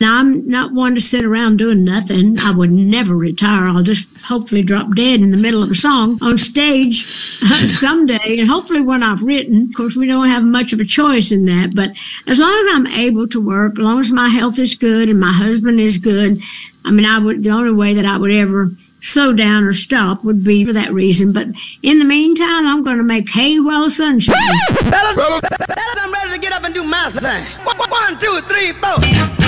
Now, I'm not one to sit around doing nothing. I would never retire. I'll just hopefully drop dead in the middle of a song on stage someday. And hopefully, when I've written, of course, we don't have much of a choice in that. But as long as I'm able to work, as long as my health is good and my husband is good, I mean, I would, the only way that I would ever slow down or stop would be for that reason. But in the meantime, I'm going to make hay while the sun shines. Fellas, fellas, I'm ready to get up and do my thing. One, one, two, three, four. Get up.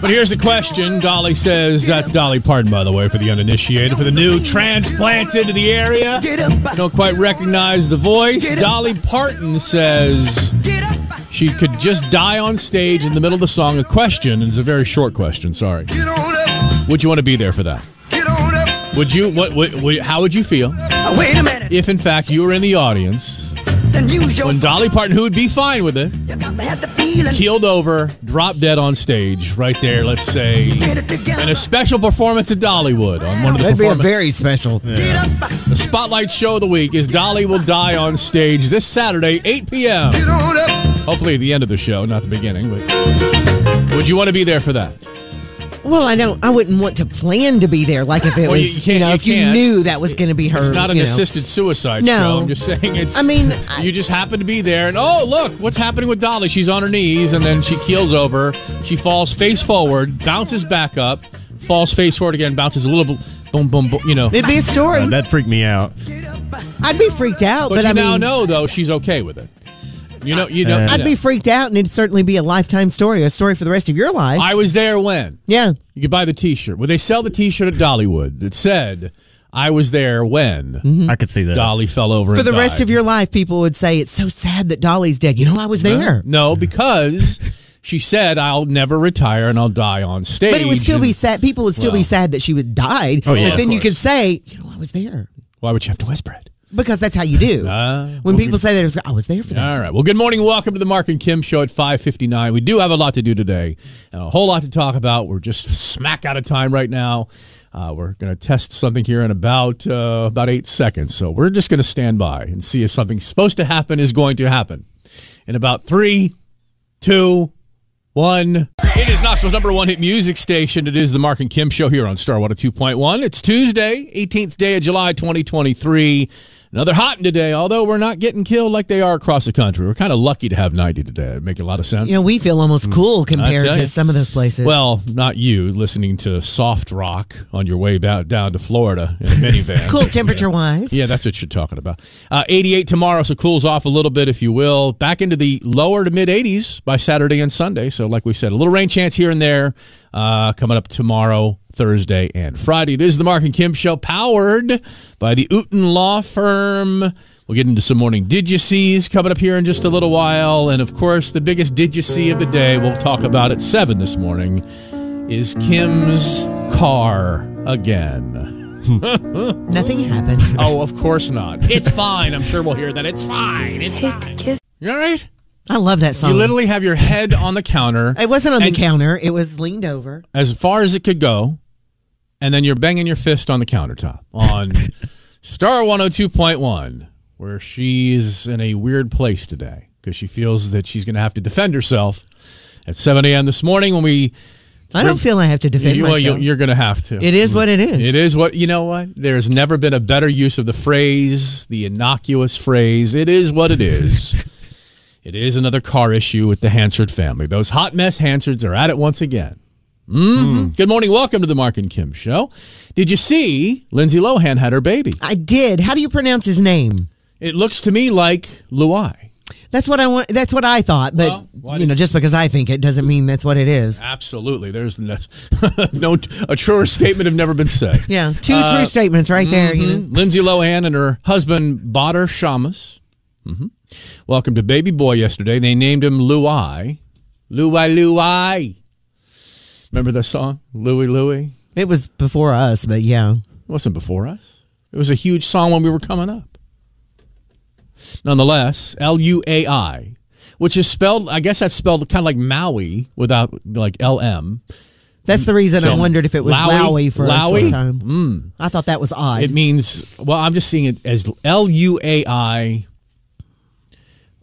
But here's the question. Dolly says that's Dolly Parton, by the way, for the uninitiated, for the new transplanted to the area. Get up. Don't quite recognize the voice. Dolly Parton says Get up. she could just die on stage in the middle of the song. A question, and it's a very short question. Sorry. Get on up. Would you want to be there for that? Get on up. Would you? What? what, what how would you feel Uh, Wait a minute. if, in fact, you were in the audience And use your. when Dolly Parton, who would be fine with it, You got to have the feeling. keeled over, dropped dead on stage, right there? Let's say. Get it together. In a special performance at Dollywood on one of the That'd be a performances. very special. Get up. The spotlight show of the week is Dolly Will Die on Stage this Saturday, 8 p.m. Get on up. Hopefully at the end of the show, not the beginning. But would you want to be there for that? Well, I don't. I wouldn't want to plan to be there. Like if it Well, you- you was, you, can't- know, you if you can't. knew that was going to be her. It's not an you know. assisted suicide No. show. I'm just saying it's. I mean, I- you just happen to be there, and oh look, what's happening with Dolly? She's on her knees, and then she keels over. She falls face forward, bounces back up, falls face forward again, bounces a little, bit- boom, boom, boom. You know. It'd be a story. Uh, that freaked me out. I'd be freaked out, but but, you I mean, now know though she's okay with it. You know. You know. Uh, you I'd know. be freaked out, and it'd certainly be a lifetime story, a story for the rest of your life. I was there when. yeah, You could buy the T-shirt. Well, they sell the T-shirt at Dollywood that said, "I was there when I could see that. Dolly fell over." Mm-hmm. for and the rest died." of your life, people would say it's so sad that Dolly's dead. You know, I was there, No, because she said, "I'll never retire and I'll die on stage." but it would still be And sad. People would still Well. be sad that she would died. Oh, yeah, but of then you course. could say, you know, I was there, Why would you have to whisper it? because that's how you do. Uh, when people say that, it's I was there for that. All right. Well, good morning. Welcome to the Mark and Kim Show at five fifty nine. We do have a lot to do today, and a whole lot to talk about. We're just smack out of time right now. Uh, we're going to test something here in about uh, about eight seconds. So we're just going to stand by and see if something's supposed to happen is going to happen. In about three, two, one. It is Knoxville's number one hit music station. It is the Mark and Kim Show here on Starwater 2.1. It's Tuesday, 18th day of July, 2023. Another hot one today, although we're not getting killed like they are across the country. We're kind of lucky to have 90 today. It'd make a lot of sense. You know, we feel almost cool compared tell to you. some of those places. well, not you listening to soft rock on your way ba- down to Florida in a minivan. cool temperature wise. Yeah, that's what you're talking about. Uh, 88 tomorrow, so cools off a little bit, if you will. Back into the lower to mid 80s by Saturday and Sunday. So, like we said, a little rain chance here and there uh, coming up tomorrow, Thursday, and Friday. It is the Mark and Kim Show, powered by the Uten Law Firm. We'll get into some morning did you sees coming up here in just a little while. And of course, the biggest did you see of the day, we'll talk about at 7 this morning, is Kim's car again. Nothing happened. Oh, of course not. It's fine. I'm sure we'll hear that. It's fine. It's fine. You all right? I love that song. You literally have your head on the counter it wasn't on And- the counter. It was leaned over. as far as it could go, and then you're banging your fist on the countertop on Star 102.1, where she's in a weird place today because she feels that she's going to have to defend herself at 7 a.m. this morning when we. I don't feel I have to defend you, well, myself. you- you're going to have to. It is what it is. It is what you know what? There's never been a better use of the phrase, the innocuous phrase. It is what it is. it is another car issue with the Hansard family. Those hot mess Hansards are at it once again. hmm Good morning. Welcome to the Mark and Kim show. Did you see Lindsay Lohan had her baby? I did. How do you pronounce his name? It looks to me like Luai. That's what I want. That's what I thought. But Well, why you know, just because I think it doesn't mean that's what it is. Absolutely. There's no, no a truer statement have never been said. Yeah, two Uh, true statements right there. You know? Lindsay Lohan and her husband Badr Shamus. hmm Welcome to baby boy yesterday. They named him Louie. Louie Louie. Remember the song Louie Louie? It It was before us, but yeah. wasn't before us. It was a huge song when we were coming up. Nonetheless, L U A I, which is spelled I guess that's spelled kind of like Maui without like L M. That's the reason So, I wondered if it was Lowy? Lowy for a Lowy? short time. I thought that was odd. It means well. I'm just seeing it as L U A I.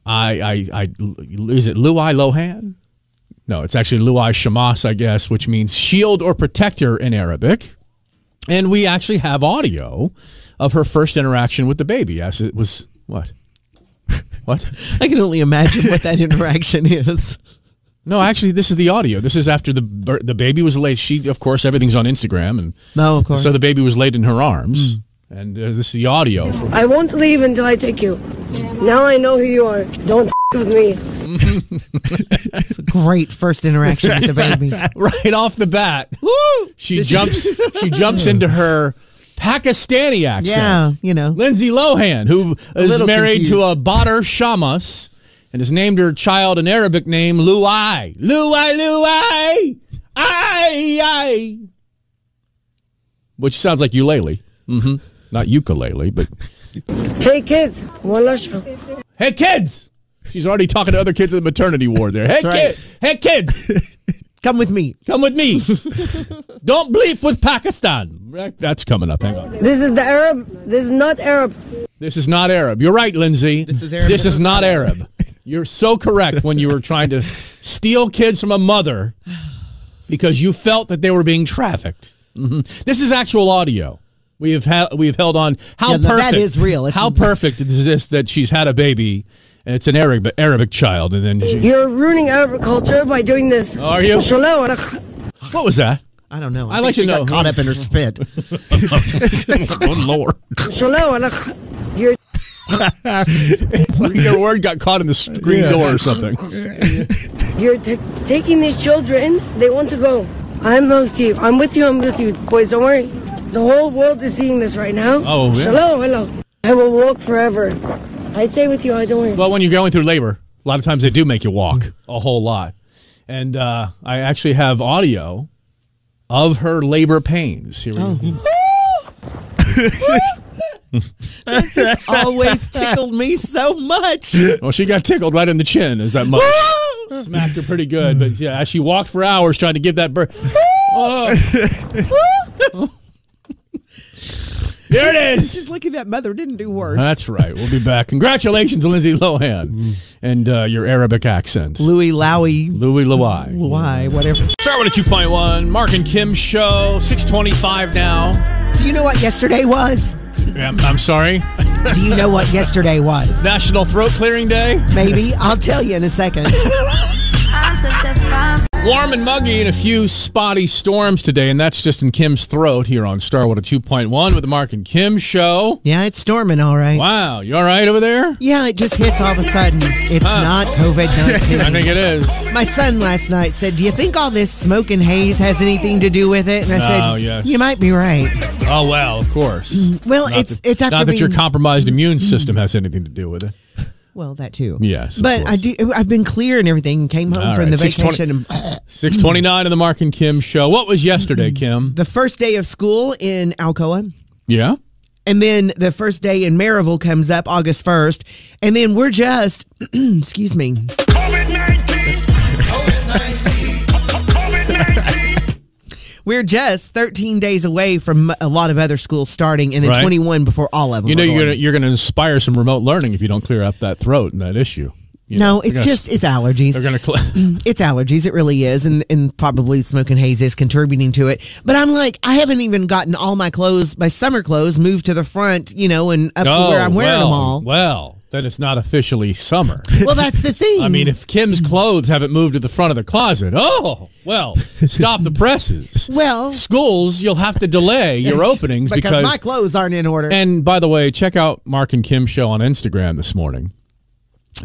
I I I is it Louis Lohan? No, it's actually Luai Shamas, I guess, which means shield or protector in Arabic. And we actually have audio of her first interaction with the baby as it was what? What? I can only imagine what that interaction is. No, actually, this is the audio. This is after the bir- the baby was laid. She, of course, everything's on Instagram, and No, of course. Mm. so the baby was laid in her arms, and uh, this is the audio. From, I won't leave until I take you. Now I know who you are. Don't f- with me. It's a great first interaction with the baby. right off the bat, she jumps. she jumps into her Pakistani accent. Yeah, you know. Lindsay Lohan, who is little married confused. to a Badr Shamas, and has named her child an Arabic name, Luai. Luai, Luai, ay, ay, which sounds like ukulele. Mm-hmm. Not ukulele, but Hey kids, wallah show. Hey kids! She's already talking to other kids in the maternity ward there. Hey That's kid, right. hey kids, Come with me. come with me. Don't bleep with Pakistan. Right, That's coming up. Hang on. This is the Arab. This is not Arab. This is not Arab. You're right, Lindsay. This is Arab. This is not Arab. You're so correct when you were trying to steal kids from a mother because you felt that they were being trafficked. hmm This is actual audio. We have ha- we have held on. How Yeah, no, that perfect is real. It's- how perfect is this that she's had a baby and it's an Arabic Arabic child and then she, You're ruining Arab culture by doing this. Are you? Shalom alaikum. what was that? I don't know. I'd like think to she got know. Caught up in her spit. Good lord. Shalom alaikum. You're It's like your word got caught in the screen door or something. you're ta taking these children. They want to go. I'm with you. I'm with you. I'm with you, boys. Don't worry. The whole world is seeing this right now. Oh, yeah. Shalom hello. I will walk forever. I stay with you. I don't worry. Well, when you're going through labor, a lot of times they do make you walk a whole lot. And uh, I actually have audio of her labor pains. Here we go. Always tickled me so much. Well, she got tickled right in the chin, is that much? Smacked her pretty good, but yeah, as she walked for hours trying to give that birth. Oh. there it is. She's lucky that mother didn't do worse. That's right. We'll be back. Congratulations, Lindsay Lohan, and uh, your Arabic accent. Louis Lowy. Louis Lawai. Why? Whatever. Start with a 2.1. Mark and Kim show, 625 now. Do you know what yesterday was? I'm, I'm sorry. Do you know what yesterday was? National Throat Clearing Day. Maybe I'll tell you in a second. Warm and muggy and a few spotty storms today, and that's just in Kim's throat here on Starwood at 2.1 with the Mark and Kim show. Yeah, it's storming, all right. Wow, you all right over there? Yeah, it just hits all of a sudden. It's not COVID I 19. think it is. My son last night said, Do you think all this smoke and haze has anything to do with it? And I said, Oh, yes. You might be right. Oh, well, of course. Well, Not it's that- it's after Not that being, your compromised immune system has anything to do with it. well that too. Yes, of but I do. I've been clear and everything. Came home All from right, the 6:20. vacation. And, 629 of the Mark and Kim show. What was yesterday, Kim? the first day of school in Alcoa. Yeah? And then the first day in Maryville comes up August 1st. And then we're just, excuse me, we're just 13 days away from a lot of other schools starting and then Right. 21 before all of them. You know are you're going. gonna, you're going to inspire some remote learning if you don't clear up that throat and that issue. You know, No, they're it's gonna- just, it's allergies. they're going to. it's allergies. It really is, and and probably smoke and haze is contributing to it. But I'm like, I haven't even gotten all my clothes, my summer clothes, moved to the front, you know, and up to where I'm wearing Oh, well, them all. Well, then it's not officially summer. Well, that's the thing. I mean, if Kim's clothes haven't moved to the front of the closet, oh well. Stop the presses. Well- schools, you'll have to delay your openings because, because. my clothes aren't in order. and by the way, check out Mark and Kim's show on Instagram this morning.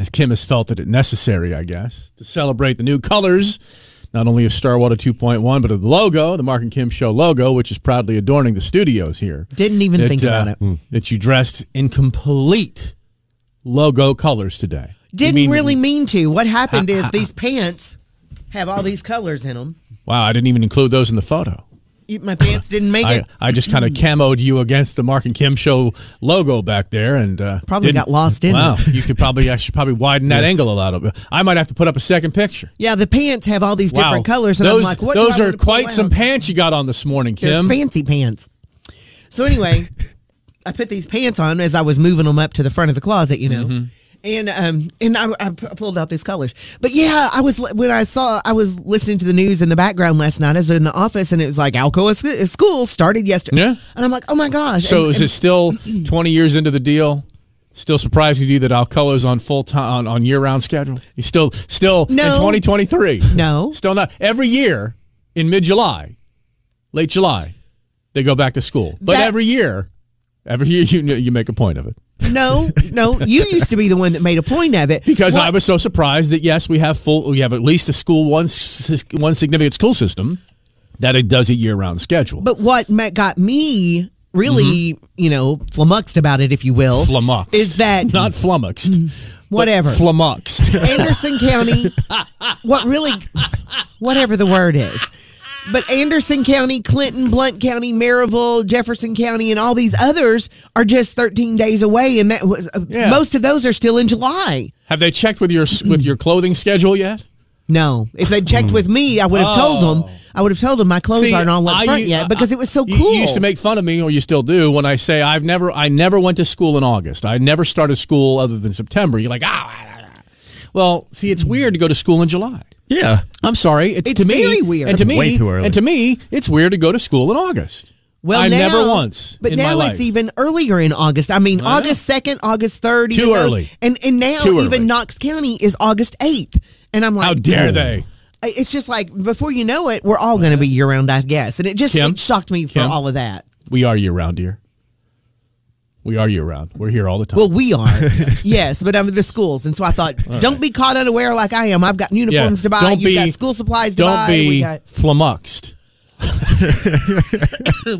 As Kim has felt that it necessary, I guess, to celebrate the new colors, not only of Starwater 2.1, but of the logo, the Mark and Kim Show logo, which is proudly adorning the studios here. uh, Didn't even think about it. That you dressed in complete logo colors today. You Didn't mean- really mean to. What happened is these pants have all these colors in them. Wow, I didn't even include those in the photo. My pants didn't make I, it. I just Mm. kind of camoed you against the Mark and Kim show logo back there, and uh, Probably didn't- got lost in Wow, it. you could probably I should probably widen that angle a lot. Of, I might have to put up a second picture. Yeah, the pants have all these different wow. colors, and those I'm like, what? do those I are wanna pull quite some out? pants you got on this morning, They're Kim. fancy pants. Mm-hmm. So anyway, I put these pants on as I was moving them up to the front of the closet, you know. And um and I, I pu- pulled out these colors, but yeah, I was when I saw I was listening to the news in the background last night. I was in the office and it was like Alcoa sc- school started yesterday. Yeah. and I'm like, oh my gosh. So And- is it still 20 years into the deal? Still surprising to you that Alcoa is on full time on, on year round schedule? You still still in No. 2023? No. Still not. Every year in mid July, late July, they go back to school. But That- every year, every year you you make a point of it. No, no. You used to be the one that made a point of it Because What- I was so surprised that yes, we have full we have at least a school one s- one significant school system that it does a year round schedule. But what ma- got me really, you know, flummoxed about it, if you will, Mm-hmm. flummoxed is that not flummoxed? but whatever. flummoxed. Anderson County, what really, whatever the word is. But Anderson County, Clinton, Blunt County, Maryville, Jefferson County, and all these others are just 13 days away, and that was uh, Yeah. most of those are still in July. Have they checked with your with your clothing schedule yet? No, if they checked with me, I would have told them. I would have told them my clothes aren't all up front Oh. u- yet because it was so you- cool. You used to make fun of me, or you still do, when I say I've never I never went to school in August. I never started school other than September. You're like, ah. ah, ah, ah." Well, see, it's weird to go to school in July. Yeah. I'm sorry. It's, It's to me very weird. And to me, Way too early. And to me, it's weird to go to school in August. Well, I now- never once. But in now my life. it's even earlier in August. I mean, August second, August third. Too early. And and now Too even early. Knox County is August eighth. And I'm like, How dare "Oh." they? I- It's just like before you know it, we're all going to be year round, I guess. And it just Kim? it shocked me for Kim? all of that. We are year round, dear. We are year round. We're here all the time. Well, we are, yes, but I'm at the schools, and so I thought, don't be caught unaware like I am. I've got uniforms to buy. Don't You've be- got school supplies to don't buy. be We got flummoxed.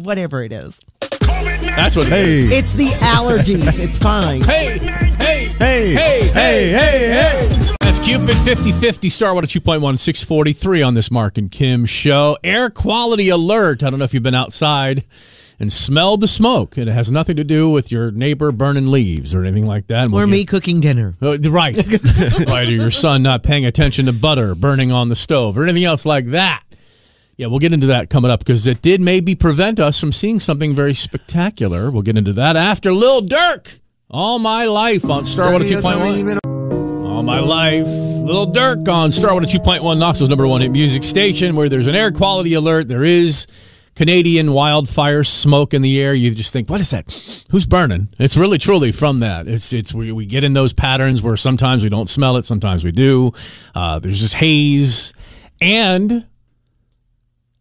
whatever it is. That's what. It is. Hey. It's the allergies. it's fine. Hey, hey, Hey. hey, hey, hey, hey. That's Cupid 5050 Star oh Water 2.1 643 on this Mark and Kim show. Air quality alert. I don't know if you've been outside and smelled the smoke, and it has nothing to do with your neighbor burning leaves or anything like that. And Or we'll me cooking dinner. Oh, right. right. Or your son not paying attention to butter burning on the stove or anything else like that. Yeah, we'll get into that coming up because it did maybe prevent us from seeing something very spectacular. We'll get into that after Lil Dirk. All my life on Star 102.1. All my life. Little Dirk on Star 102.1, Knoxville's number one hit music station, where there's an air quality alert. There is Canadian wildfire smoke in the air. You just think, what is that? Who's burning? It's really truly from that. It's it's we, we get in those patterns where sometimes we don't smell it, sometimes we do. Uh, there's just haze. And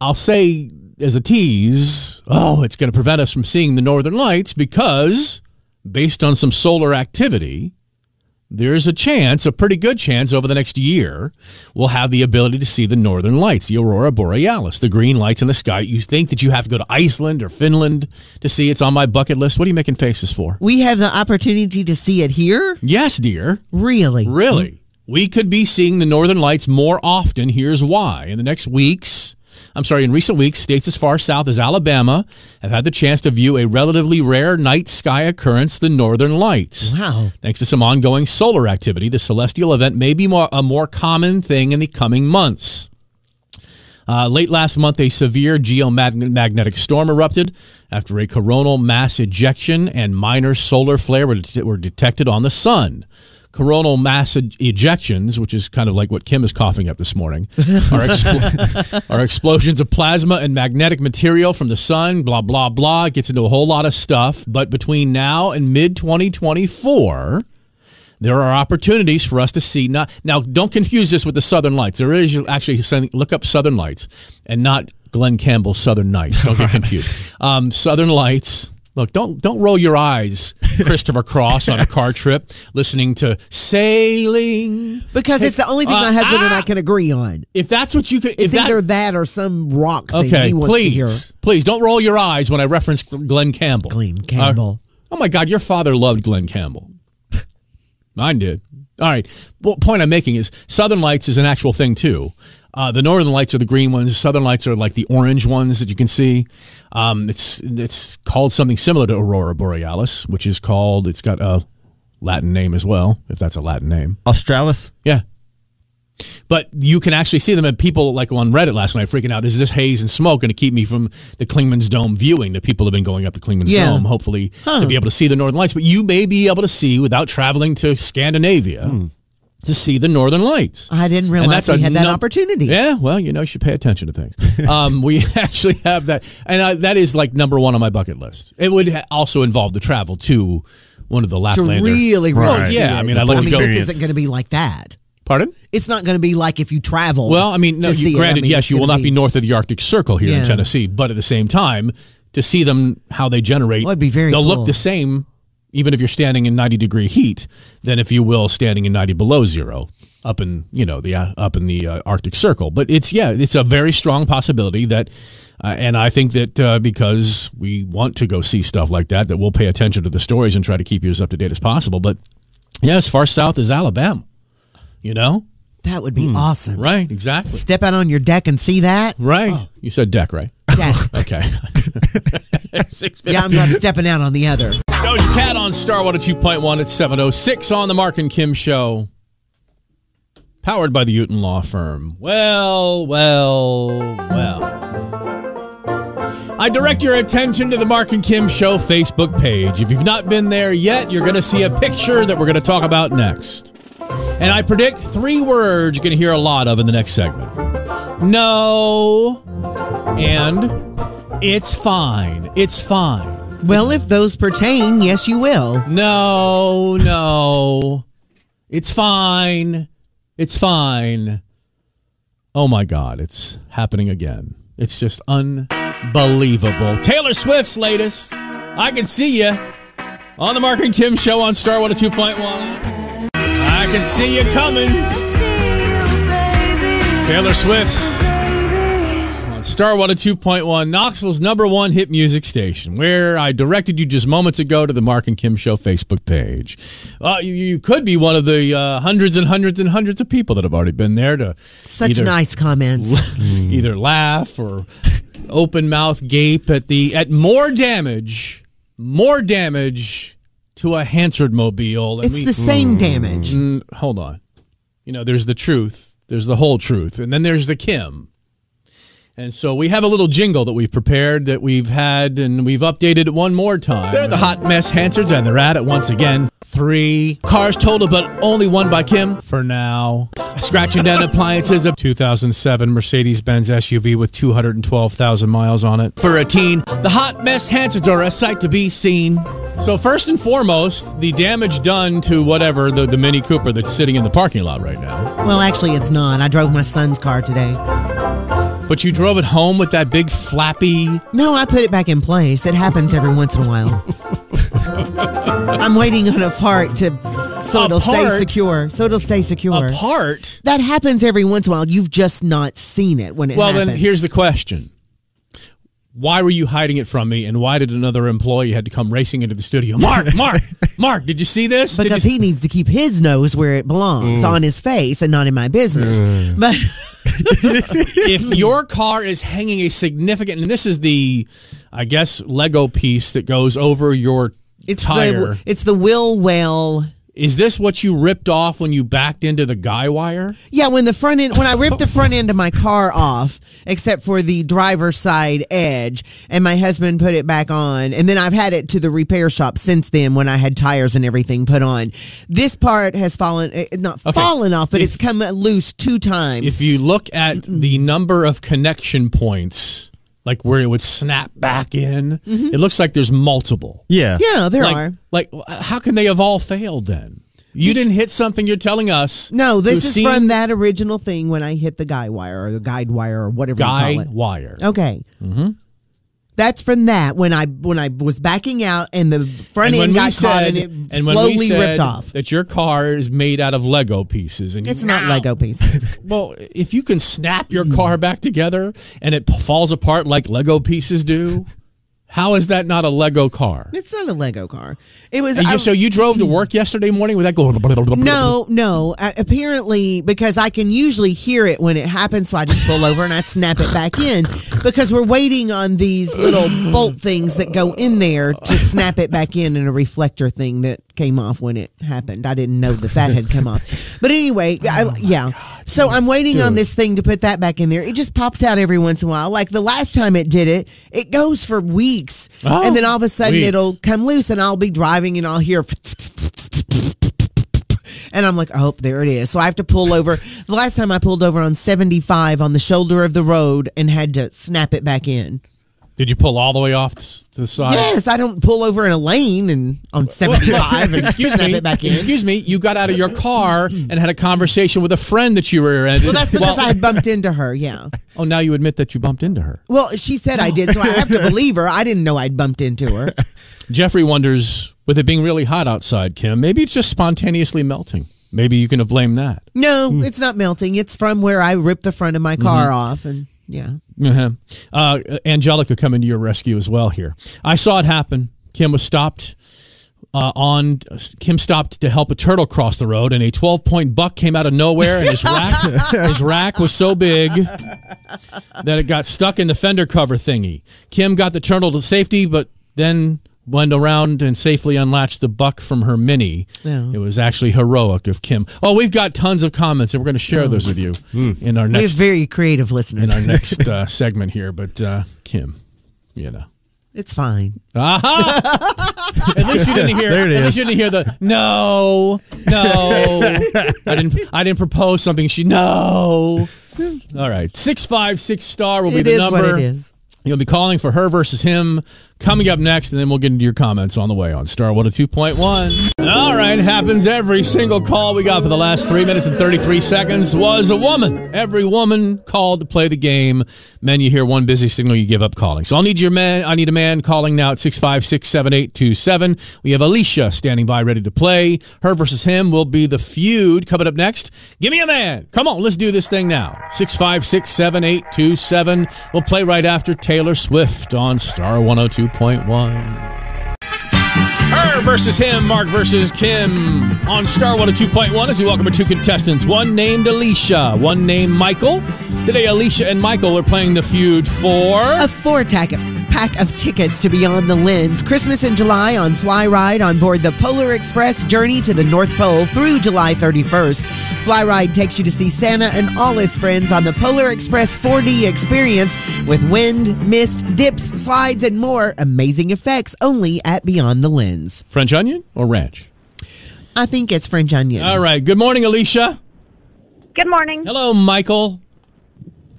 I'll say as a tease, oh, it's going to prevent us from seeing the northern lights because based on some solar activity, there's a chance, a pretty good chance over the next year, we'll have the ability to see the northern lights, the aurora borealis, the green lights in the sky. You think that you have to go to Iceland or Finland to see it's on my bucket list. What are you making faces for? We have the opportunity to see it here. Yes, dear. Really? Really? We could be seeing the northern lights more often. Here's why. In the next weeks, I'm sorry, in recent weeks, states as far south as Alabama have had the chance to view a relatively rare night sky occurrence, the northern lights. Wow. Thanks to some ongoing solar activity, the celestial event may be more, a more common thing in the coming months. Uh, late last month, a severe geomagnetic storm erupted after a coronal mass ejection and minor solar flare were, det- were detected on the sun. Coronal mass ej- ejections, which is kind of like what Kim is coughing up this morning, are, expl- are explosions of plasma and magnetic material from the sun, blah, blah, blah. It gets into a whole lot of stuff. But between now and mid 2024, there are opportunities for us to see not now don't confuse this with the southern lights there is you'll actually send- look up southern lights and not glenn campbell's southern nights don't get confused um, southern lights look don't don't roll your eyes christopher cross on a car trip listening to sailing Because it's the only thing Uh, my husband and ah! I can agree on. if that's what you could if It's that, either that or some rock thing okay he wants to hear. please please don't roll your eyes when i reference glenn campbell Glenn Campbell. Uh, oh my god your father loved glenn campbell Mine did. All right. Well, point I'm making is Southern Lights is an actual thing too. Uh, the Northern Lights are the green ones. Southern Lights are like the orange ones that you can see. Um, it's it's called something similar to Aurora Borealis, which is called. It's got a Latin name as well, if that's a Latin name. Australis. Yeah. But you can actually see them, and people like on Reddit last night freaking out. Is this haze and smoke going to keep me from the Klingman's Dome viewing? The people have been going up to Klingman's Yeah. Dome, hopefully, to be able to see the Northern Lights. But you may be able to see without traveling to Scandinavia to see the Northern Lights. Hmm. I didn't And realize we a had that num- opportunity. Yeah, well, you know, you should pay attention to things. Um, we actually have that, and I, that is like number one on my bucket list. It would ha- also involve the travel to one of the To Laplander. really, really Well, see yeah, it. I mean, I'd like to go. This isn't going to be like that. Pardon? It's not going to be like if you travel. Well, I mean, no, to see you, it. I granted, mean, yes, it's you will gonna not be north of the Arctic Circle here in Yeah. Tennessee, but at the same time, to see them how they generate, Well, it'd be very They'll cool. look the same, even if you're standing in 90 degree heat, than if you will standing in 90 below zero up in you know the uh, up in the uh, Arctic Circle. But it's yeah, it's a very strong possibility that. Uh, and I think that uh, because we want to go see stuff like that, that we'll pay attention to the stories and try to keep you as up to date as possible. But yeah, as far south as Alabama, you know, That would be awesome. Hmm. right? Exactly. Step out on your deck and see that. Right. You said deck, right? Deck. Okay. yeah, I'm not stepping out on the other. Doja Cat on Star 102.1 at 706 on the Mark and Kim Show. Powered by the Uton Law Firm. Well, well, well. I direct your attention to the Mark and Kim Show Facebook page. If you've not been there yet, you're going to see a picture that we're going to talk about next. And I predict three words you're going to hear a lot of in the next segment. No. And it's fine. It's fine. Well, if those pertain, yes, you will. No, no. It's fine. It's fine. Oh my God, it's happening again. It's just unbelievable. Taylor Swift's latest. I can see you on the Mark and Kim show on Star 102.1. I can see you coming. Taylor Swift's on Star 102.1, Knoxville's number one hit music station, where I directed you just moments ago to the Mark and Kim Show Facebook page. Uh, you, you could be one of the uh, hundreds and hundreds and hundreds of people that have already been there to Such either, nice comments. either laugh or open mouth gape at the at more damage, more damage to a Hansard mobile. than It's we- the same damage. Mm, hold on. You know, there's the truth, there's the whole truth, and then there's the Kim. And so we have a little jingle that we've prepared that we've had and we've updated it one more time. They're the hot mess Hansards and they're at it once again. Three cars total, but only one by Kim for now. Scratching down appliances of 2007 Mercedes Benz SUV with 212,000 miles on it. For a teen, the hot mess Hansards are a sight to be seen. So, first and foremost, the damage done to whatever the, the Mini Cooper that's sitting in the parking lot right now. Well, actually, it's not. I drove my son's car today. But you drove it home with that big flappy No, I put it back in place. It happens every once in a while. I'm waiting on a part to so A it'll stay part? secure. So it'll stay secure. apart. That happens every once in a while. You've just not seen it when it Well, happens. then here's the question. Why were you hiding it from me, and why did another employee had to come racing into the studio? Mark, Mark, Mark, did you see this? Did because you- Mm. he needs to keep his nose where it belongs on his face and not in my business. But Hmm. if your car is hanging a significant, and this is the, I guess, Lego piece that goes over your it's tire. the it's the will well. is this what you ripped off when you backed into the guy wire? Yeah, when the front end, when I ripped the front end of my car off, except for the driver's side edge, and my husband put it back on, and then I've had it to the repair shop since then when I had tires and everything put on. This part has fallen, eh, not Okay. fallen off, but If- it's come loose two times. If you look at the number of connection points, like where it would snap back in, it looks like there's multiple. Yeah. yeah, Mm-hmm. there like, are. Like, how can they have all failed then? You didn't hit something. You're telling us No, this who's is seen from that original thing when I hit the guy wire or the guide wire or whatever you guy call it. wire. Okay. Mm-hmm. That's from that when I when I was backing out and the front end got caught and it when slowly we said ripped off. that your car is made out of Lego pieces, and It's not Lego Mm. pieces. well, if you can snap your car back together and it p- falls apart like Lego pieces do, how is that not a Lego car? It's not a Lego car. It was And you- I- so you drove to work yesterday morning with that going? no, no. I, apparently, because I can usually hear it when it happens, so I just pull over and I snap it back in because we're waiting on these little bolt things that go in there to snap it back in and a reflector thing that came off when it happened. I didn't know that that had come off. But anyway, I, yeah. So I'm waiting on this thing to put that back in there. It just pops out every once in a while. Like the last time it did it, it goes for weeks, Oh. and then all of a sudden Weeks. it'll come loose, and I'll be driving and I'll hear. And I'm like, oh, there it is. So I have to pull over. The last time I pulled over on 75 on the shoulder of the road and had to snap it back in. Did you pull all the way off s- to the side? Yes, I don't pull over in a lane and on 75 and Excuse snap me. it back in. Excuse me. You got out of your car and had a conversation with a friend that you were in. well, that's because I had bumped into her. Yeah. Oh, now you admit that you bumped into her. Well, she said I did, so I have to believe her. I didn't know I'd bumped into her. Jeffrey wonders, with it being really hot outside, Kim, maybe it's just spontaneously melting. Maybe you can have blamed that. No, Hmm. it's not melting. It's from where I ripped the front of Mm-hmm. my car off, and yeah. Uh-huh. Uh, Angelica coming to your rescue as well here. I saw it happen. Kim was stopped uh, on. Kim stopped to help a turtle cross the road, and a twelve-point buck came out of nowhere, and his rack his rack was so big that it got stuck in the fender cover thingy. Kim got the turtle to safety, but then went around and safely unlatched the buck from her mini. Yeah. It was actually heroic of Kim. Oh, we've got tons of comments, and we're going to share those with you in our Oh. We next have very creative listeners. in our next uh, segment here, but uh, Kim, you know. it's fine. Aha! at least you didn't hear. There at it is. least you didn't hear the no, no. I didn't. I didn't propose something. She no. All right, six five six star will be It the is number. what it is. You'll be calling for her versus him coming up next, and then we'll get into your comments on the way on Star One oh Two Point One. All right, happens every single call we got for the last three minutes and thirty three seconds was a woman. Every woman called to play the game. Men, you hear one busy signal, you give up calling. So I'll need your man. I need a man calling now at six five six seven eight two seven. We have Alicia standing by, ready to play. Her versus him will be the feud coming up next. Give me a man. Come on, let's do this thing now. Six five six seven eight two seven. We'll play right after Taylor Swift on Star one hundred two point one. Her versus him, Mark versus Kim on Star 102.1 as we welcome our two contestants. One named Alicia, one named Michael. Today, Alicia and Michael are playing the feud for. A four tack pack of tickets to Beyond the Lens. Christmas in July on Fly Ride on board the Polar Express journey to the North Pole through July 31st. Fly Ride takes you to see Santa and all his friends on the Polar Express 4D experience with wind, mist, dips, slides, and more amazing effects only at Beyond the Lens. French onion or ranch? I think it's French onion. All right. Good morning, Alicia. Good morning. Hello, Michael.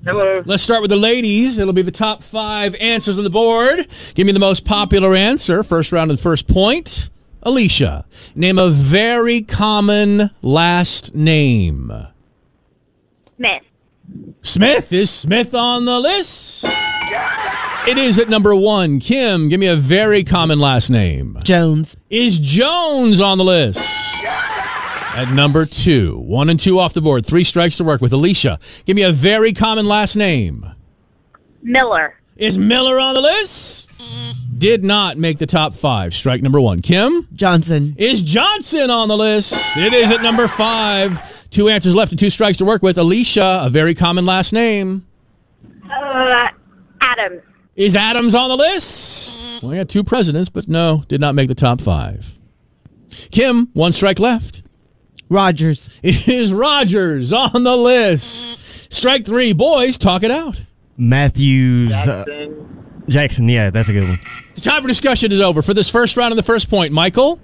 Hello. Let's start with the ladies. It'll be the top five answers on the board. Give me the most popular answer. First round and first point. Alicia, name a very common last name. Smith. Smith is Smith on the list. It is at number one. Kim, give me a very common last name. Jones. Is Jones on the list? At number two. One and two off the board. Three strikes to work with. Alicia, give me a very common last name. Miller. Is Miller on the list? Did not make the top five. Strike number one. Kim? Johnson. Is Johnson on the list? It is at number five. Two answers left and two strikes to work with. Alicia, a very common last name. Uh, Adams. Is Adams on the list? Well, I got two presidents, but no, did not make the top five. Kim, one strike left. Rogers. Is Rogers on the list? Strike three, boys, talk it out. Matthews uh, Jackson. Jackson. Yeah, that's a good one. The time for discussion is over for this first round and the first point. Michael,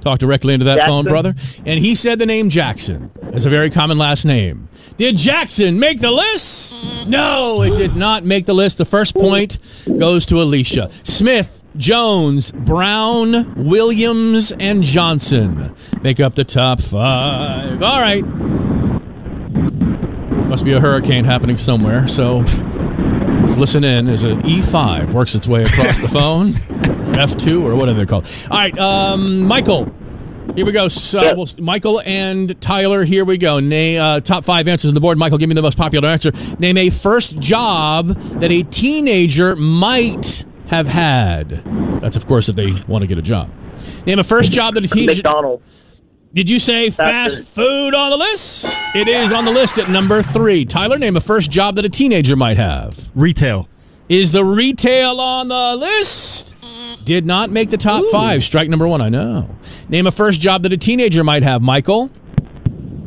talk directly into that Jackson. phone, brother. And he said the name Jackson as a very common last name. Did Jackson make the list? No, it did not make the list. The first point goes to Alicia. Smith, Jones, Brown, Williams, and Johnson make up the top five. All right. Must be a hurricane happening somewhere, so Let's listen in as an E5 works its way across the phone, F2 or whatever they're called. All right, um, Michael. Here we go. So, we'll- Michael and Tyler, here we go. Nay, uh, top five answers on the board. Michael, give me the most popular answer. Name a first job that a teenager might have had. That's, of course, if they want to get a job. Name a first job that a teenager. McDonald. Did you say Fast fast food on the list? It is on the list at number three. Tyler, name a first job that a teenager might have. Retail. Is the retail on the list? Did not make the top five. Strike number one. I know. Name a first job that a teenager might have. Michael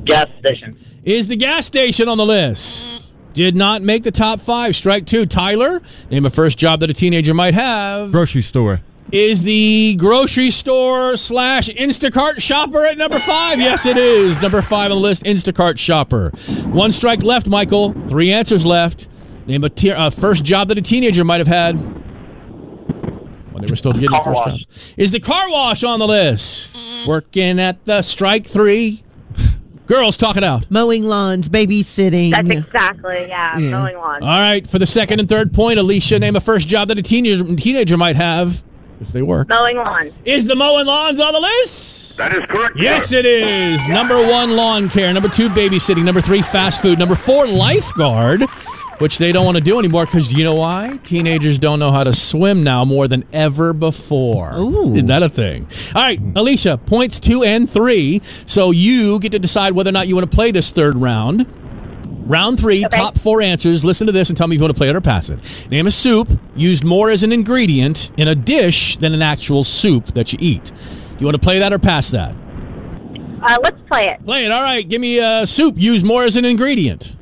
Gas station. is the gas station on the list. Did not make the top five. Strike two. Tyler, name a first job that a teenager might have. Grocery store. Is the grocery store slash Instacart shopper at number five? Yes, it is. Number five on the list, Instacart shopper. One strike left, Michael. Three answers left. Name a te- uh, first job that a teenager might have had. Well, they were still getting the Car first job. wash. Is the car wash on the list? Working at the strike three. Girls, talk it out. Mowing lawns, babysitting. That's exactly, yeah, Yeah. mowing lawns. All right, for the second and third point, Alicia, name a first job that a teenager teenager might have if they work. mowing lawns. Is the mowing lawns on the list? That is correct. Yes, it is. Number one, lawn care. Number two, babysitting. Number three, fast food. Number four, lifeguard, which they don't want to do anymore because you know why? Teenagers don't know how to swim now more than ever before. Ooh. Isn't that a thing? All right, Alicia, points two and three. So you get to decide whether or not you want to play this third round. Round three, top four answers. Listen to this and tell me if you want to play it or pass it. Name a soup used more as an ingredient in a dish than an actual soup that you eat. Do you want to play that or pass that? Uh, let's play it. Play it. All right. Give me uh, soup used more as an ingredient.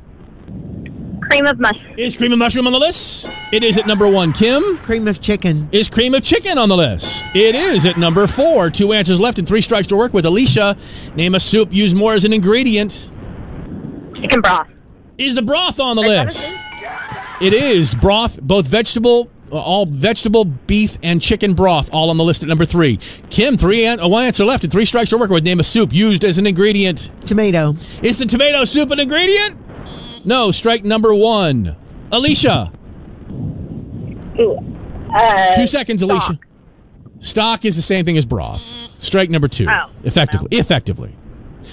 Cream of mushroom. Is cream of mushroom on the list? It is at number one. Kim? Cream of chicken. Is cream of chicken on the list? It is at number four. Two answers left and three strikes to work with. Alicia, name a soup used more as an ingredient. Chicken broth. Is the broth on the Is that a list? soup? It is broth, both vegetable, uh, all vegetable, beef, and chicken broth, all on the list at number three. Kim, three an- uh, one answer left and three strikes to work with. Name a soup used as an ingredient. Tomato. Is the tomato soup an ingredient? No, strike number one. Alicia, Ooh. Uh, two seconds, Alicia. stock. Stock is the same thing as broth. Strike number two, Oh, effectively. Effectively.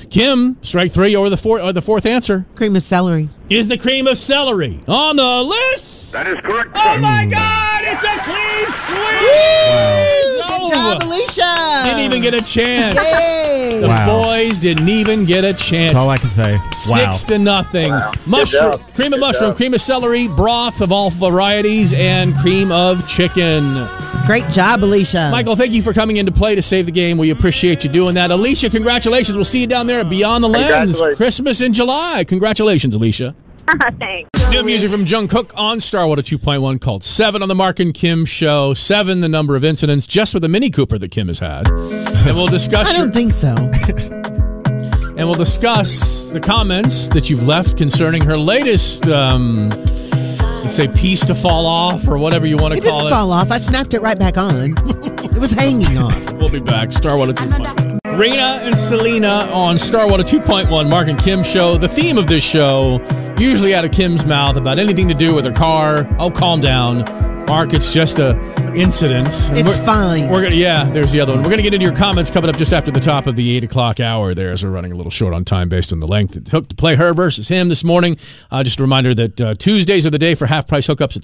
Kim, strike three or the fourth or the fourth answer Cream of celery. is the cream of celery on the list. That is correct. Mm. Oh my God! It's a clean sweep. Good job, Alicia. Oh, Didn't even get a chance. Yay. The Wow. boys didn't even get a chance. That's all I can say. Wow. Six to nothing. Mushroom, job. cream of Good mushroom, job. cream of celery, broth of all varieties, and cream of chicken. Great job, Alicia. Michael, thank you for coming in to play to save the game. We appreciate you doing that. Alicia, congratulations. We'll see you down there at Beyond the Lens. Congratulations. Christmas in July. Congratulations, Alicia. Thanks. New music from Jungkook on Starwater 2.1 called Seven on the Mark and Kim Show. Seven, the number of incidents just with the Mini Cooper that Kim has had. And we'll discuss I your don't think so. and we'll discuss the comments that you've left concerning her latest, um, let's say, piece to fall off or whatever you want to It call didn't it. fall off. I snapped it right back on. It was hanging off. We'll be back. Star Starwater 2.1. Rena and Selena on Starwater 2.1, Mark and Kim show. The theme of this show, usually out of Kim's mouth, about anything to do with her car. Oh, calm down. Mark, it's just a incident. And It's we're- fine. We're gonna, yeah, there's the other one. We're gonna get into your comments coming up just after the top of the eight o'clock hour. There, as we're running a little short on time based on the length it took to play her versus him this morning. Uh, just a reminder that uh, Tuesdays are the day for half price hookups at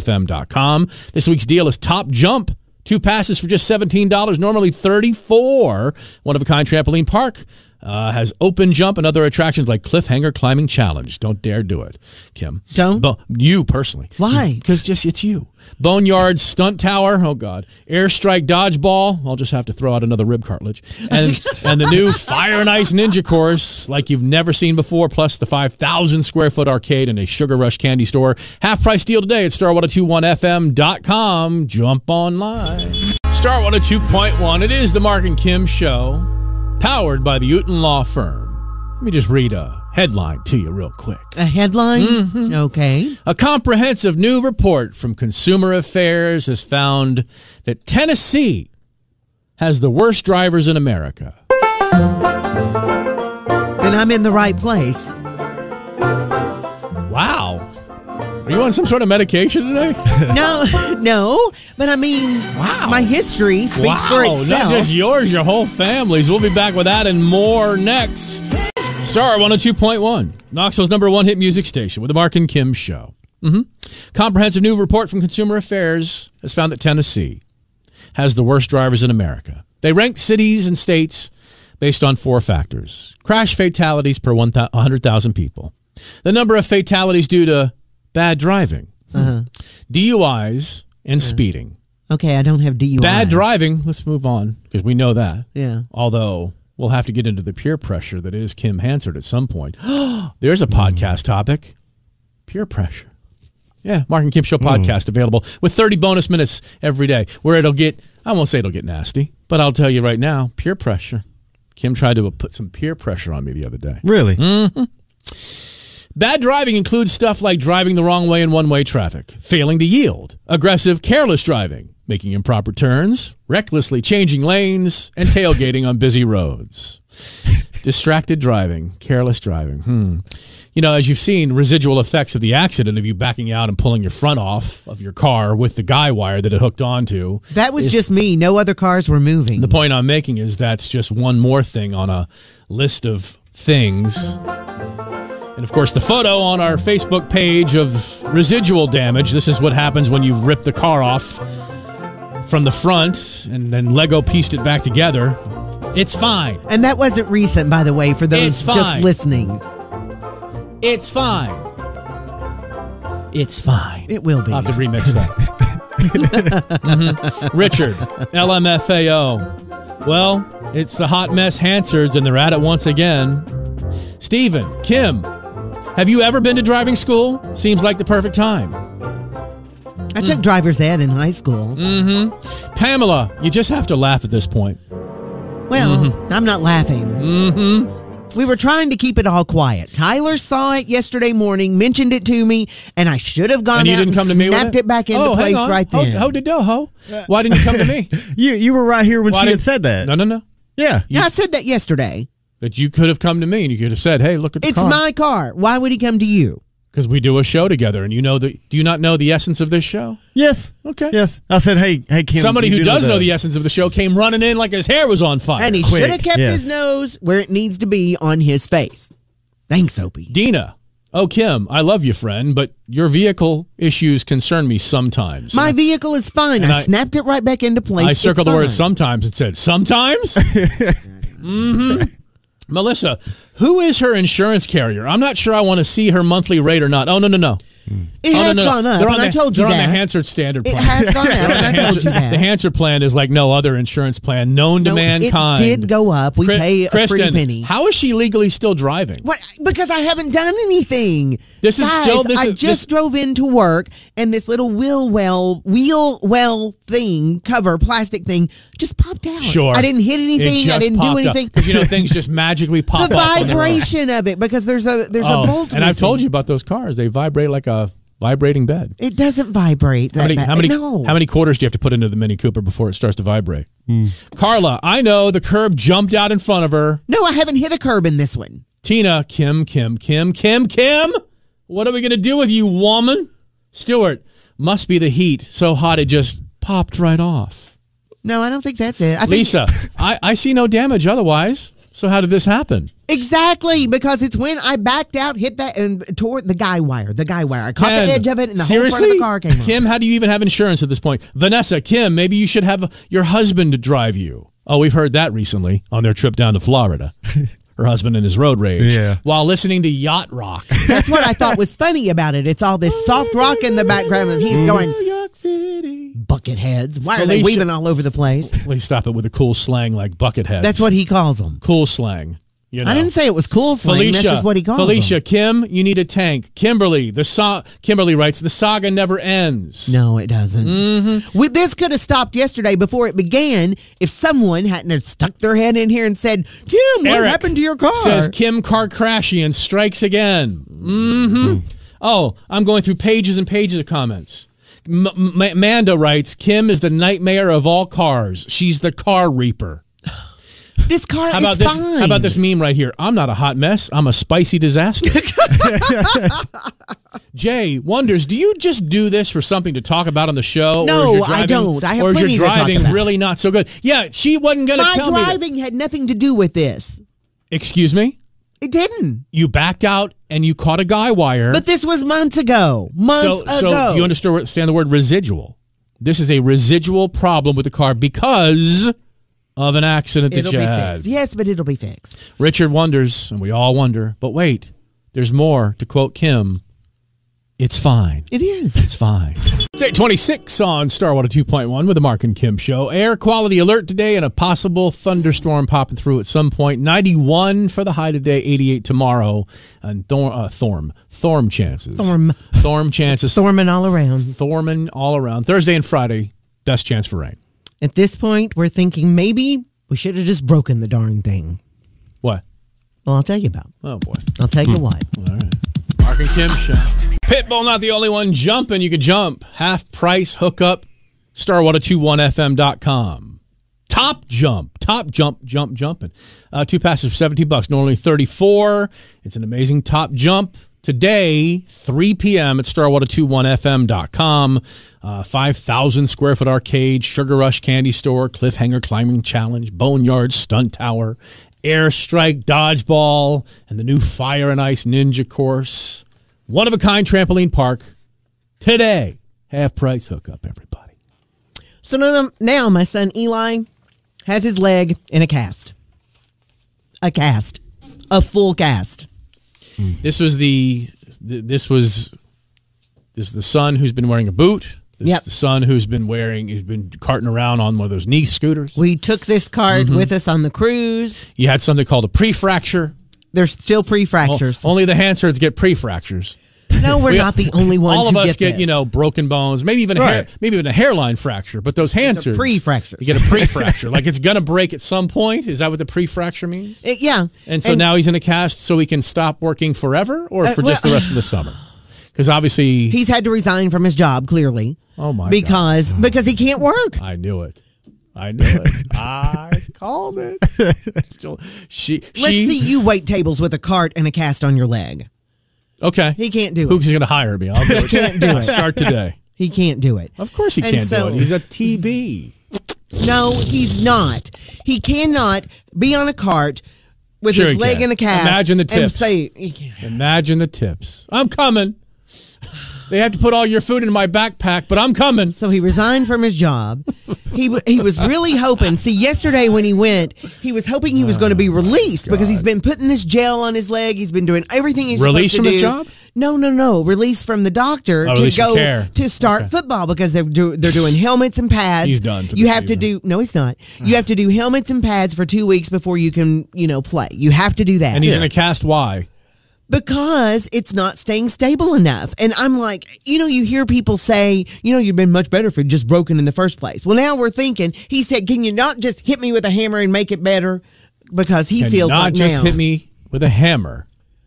starwater21fm.com. This week's deal is Top Jump. Two passes for just seventeen dollars, normally thirty-four. One of a kind trampoline park uh, has open jump and other attractions like cliffhanger climbing challenge. Don't dare do it, Kim. Don't? Bo- you personally. Why? Because just it's you. Boneyard Stunt Tower. Oh God. Airstrike Dodgeball. I'll just have to throw out another rib cartilage. And and the new Fire and Ice Ninja course, like you've never seen before. Plus the five thousand square foot arcade and a Sugar Rush candy store. Half price deal today at oh starwater21fm.com. Jump online. Star 102.1. It is the Mark and Kim Show, powered by the Uton Law Firm. Let me just read a headline to you real quick. A headline? Okay. A comprehensive new report from Consumer Affairs has found that Tennessee has the worst drivers in America. Then I'm in the right place. Wow. Are you on some sort of medication today? No, no, but I mean, Wow. my history speaks for Wow, Not just itself. yours, your whole family's. We'll be back with that and more next. Star 102.1, Knoxville's number one hit music station with the Mark and Kim show. hmm Comprehensive new report from Consumer Affairs has found that Tennessee has the worst drivers in America. They ranked cities and states based on four factors crash fatalities per 100,000 people, the number of fatalities due to bad driving, DUIs, and speeding. Okay, I don't have DUI. Bad driving. Let's move on because we know that. Yeah. Although we'll have to get into the peer pressure that is Kim Hansard at some point. There's a podcast topic peer pressure. Yeah, Mark and Kim Show podcast available with 30 bonus minutes every day where it'll get, I won't say it'll get nasty, but I'll tell you right now peer pressure. Kim tried to put some peer pressure on me the other day. Really? Hmm? Bad driving includes stuff like driving the wrong way in one way traffic, failing to yield, aggressive, careless driving, making improper turns, recklessly changing lanes, and tailgating on busy roads. Distracted driving, careless driving. Hmm. You know, as you've seen, residual effects of the accident of you backing out and pulling your front off of your car with the guy wire that it hooked onto. That was just me. No other cars were moving. The point I'm making is that's just one more thing on a list of things. And of course, the photo on our Facebook page of residual damage. This is what happens when you've ripped the car off from the front and then Lego pieced it back together. It's fine. and that wasn't recent, by the way, for It's those just fine. listening. It's fine. It's fine. It will be. I'll have to remix that. Mhm. Richard, LMFAO. Well, it's the hot mess Hansards, and they're at it once again. Stephen, Kim, have you ever been to driving school? Seems like the perfect time. I took Mm. driver's ed in high school. Pamela, you just have to laugh at this point. Oh, Well, I'm not laughing. Mm-hmm. We were trying to keep it all quiet. Tyler saw it yesterday morning, mentioned it to me, and I should have gone And you out didn't and come to me with snapped it back into oh, hang place on. right Ho- then. Ho, did do, ho. Why didn't you come to me? You you were right here when Why she did- had said that. No, no, no. Yeah. yeah, I said that yesterday. That you could have come to me and you could have said, "Hey, look at the It's my car. Why would he come to you? because we do a show together, and you know the. Do you not know the essence of this show? Yes. Okay. Yes. I said, hey, hey, Kim. Somebody you who do does know the essence of the show came running in like his hair was on fire. And he Quick, should have kept yes. his nose where it needs to be on his face. Thanks, Opie. Dina, oh Kim, I love you, friend, but your vehicle issues concern me sometimes. My vehicle is fine. And I, I- snapped it right back into place. I It's circled the word fine. sometimes and said, sometimes? hmm Melissa, who is her insurance carrier? I'm not sure I want to see her monthly rate or not. Oh, no, no, no. It oh, has no, no, no. gone up, They're on and the, I told you they're that. on the Hansard standard it plan. has gone up, and I told you Hansard- that. The Hansard plan is like no other insurance plan known to No, mankind. It did go up. We Chris- pay a Kristen, pretty penny. how is she legally still driving? What? Because I haven't done anything. This is Guys, still- this I is- just this- drove into work, and this little wheel well wheel well thing cover plastic thing just popped out. Sure. I didn't hit anything. I didn't do anything. Because you know things just magically the pop up. on their own. vibration of it because there's a there's Oh, a bolt. and I've told you missing. about those cars. They vibrate like a vibrating bed. it doesn't vibrate. How that many, bad. how, many, No. how many quarters do you have to put into the Mini Cooper before it starts to vibrate? Carla, I know the curb jumped out in front of her. No, I haven't hit a curb in this one. Tina, Kim, Kim, Kim, Kim, Kim. What are we going to do with you, woman? Stuart, must be the heat. So hot it just popped right off. No, I don't think that's it. I Lisa, I, I see no damage otherwise. So how did this happen? think exactly because it's when I backed out, hit that, and tore the guy wire. The guy wire. I caught Ken, the edge of it, and the seriously? whole front of the car came. off. Kim, how do you even have insurance at this point? Vanessa, Kim, maybe you should have your husband drive you. Oh, we've heard that recently on their trip down to Florida. Her husband and his road rage. Yeah. While listening to yacht rock. That's what I thought was funny about it. It's all this soft rock in the background, and he's going New York City. bucket heads. Why are they Felicia- weaving all over the place? Please stop it with the cool slang like bucketheads. That's what he calls them. cool slang. You know? I didn't say it was cool slang. Felicia, That's just what he calls Felicia, 'em. Kim, you need a tank. Kimberly, the so- Kimberly writes, the saga never ends. No, it doesn't. Mm-hmm. We, this could have stopped yesterday before it began if someone hadn't have stuck their head in here and said, "Kim, what Eric happened to your car?" Says Kim Kardashian strikes again. hmm Mm-hmm. Oh, I'm going through pages and pages of comments. M- M- Amanda writes, Kim is the nightmare of all cars. She's the car reaper. this car How is about this? fine. How about this meme right here? I'm not a hot mess. I'm a spicy disaster. Jay wonders, do you just do this for something to talk about on the show? No, or is your I don't. I have or is plenty your to talk driving about. really not so good? Yeah, she wasn't going to My tell me. driving had nothing to do with this. that- Excuse me. It didn't. You backed out and you caught a guy wire. But this was months ago. Months so, ago. so you understand the word residual. This is a residual problem with the car because of an accident that It'll you be had. fixed. Yes, but it'll be fixed. Richard wonders, and we all wonder, but wait, there's more. To quote Kim, It's fine. It is. It's fine. It's 826 on Starwater 2.1 with the Mark and Kim show. Air quality alert today and a possible thunderstorm popping through at some point. 91 for the high today, 88 tomorrow. And thorm, uh, thorm, thorm chances. Thorm. Thorm chances. Storming all around. Thorman all around. Thursday and Friday, best chance for rain. At this point, we're thinking maybe we should have just broken the darn thing. What? Well, I'll tell you about. Oh, boy. I'll tell you what. Mark and Kim show. Pitbull not the only one jumping. You can jump. Half price hookup. oh Starwater21fm.com. Top jump. Top jump, jump, jumping. Uh, two passes for 17 bucks. Normally 34. It's an amazing top jump. Today, 3 p.m. at oh starwater21fm.com. Uh, 5,000 square foot arcade, Sugar Rush Candy Store, Cliffhanger Climbing Challenge, Boneyard Stunt Tower, Airstrike Dodgeball, and the new Fire and Ice Ninja course. One of a kind trampoline park today. Half price hookup, everybody. So now, now my son Eli has his leg in a cast. A cast. A full cast. This was the th- this was this is the son who's been wearing a boot. This Yep. is the son who's been wearing who's been carting around on one of those knee scooters. We took this card Mm-hmm. with us on the cruise. You had something called a pre-fracture. There's still Well, pre-fractures. only the Hansards get pre-fractures. no, we're Oh, We- not the only ones. All of who us get, this. you know broken bones, maybe even a hair, Right. maybe even a hairline fracture. But those Hansards pre-fractures. You get a pre-fracture, like it's gonna break at some point. Is that what the pre-fracture means? It- Eh, yeah. And so now he's in a cast, so he can stop working forever, or Uh, for just well- the rest of the summer. Because obviously, he's had to resign from his job. Clearly. Oh, my God. Because because he can't work. I knew it. I knew it. I called it. She. she Let's see you wait tables with a cart and a cast on your leg. Okay. He can't do Who's it. going to hire me? I'll do it. Can't do I'll it. Start today. He can't do it. Of course he And can't so- do it. He's a TB. No, he's not. He cannot be on a cart with Sure his he leg can. in a cast. Imagine the And tips. say, he can't. Imagine the tips. I'm coming. They have to put all your food in my backpack, but I'm coming. so he resigned from his job. He w- he was really hoping. See, yesterday when he went, he was hoping he was going to Oh, be released because he's been putting this gel on his leg. He's been doing everything he's Released supposed to from his do. job? No, no, no. Released from the doctor Oh, to released from go care. to start football because they're do, they're doing helmets and pads. He's done for you this have to evening. do no, he's not. You have to do helmets and pads for two weeks before you can you know play. You have to do that And he's in a cast. Why? because it's not staying stable enough. And I'm like, you know, you hear people say, you know, you'd been much better if it just broken in the first place. Well, now we're thinking, he said, can you not just hit me with a hammer and make it better? Because he And feels not like just now. hit me with a hammer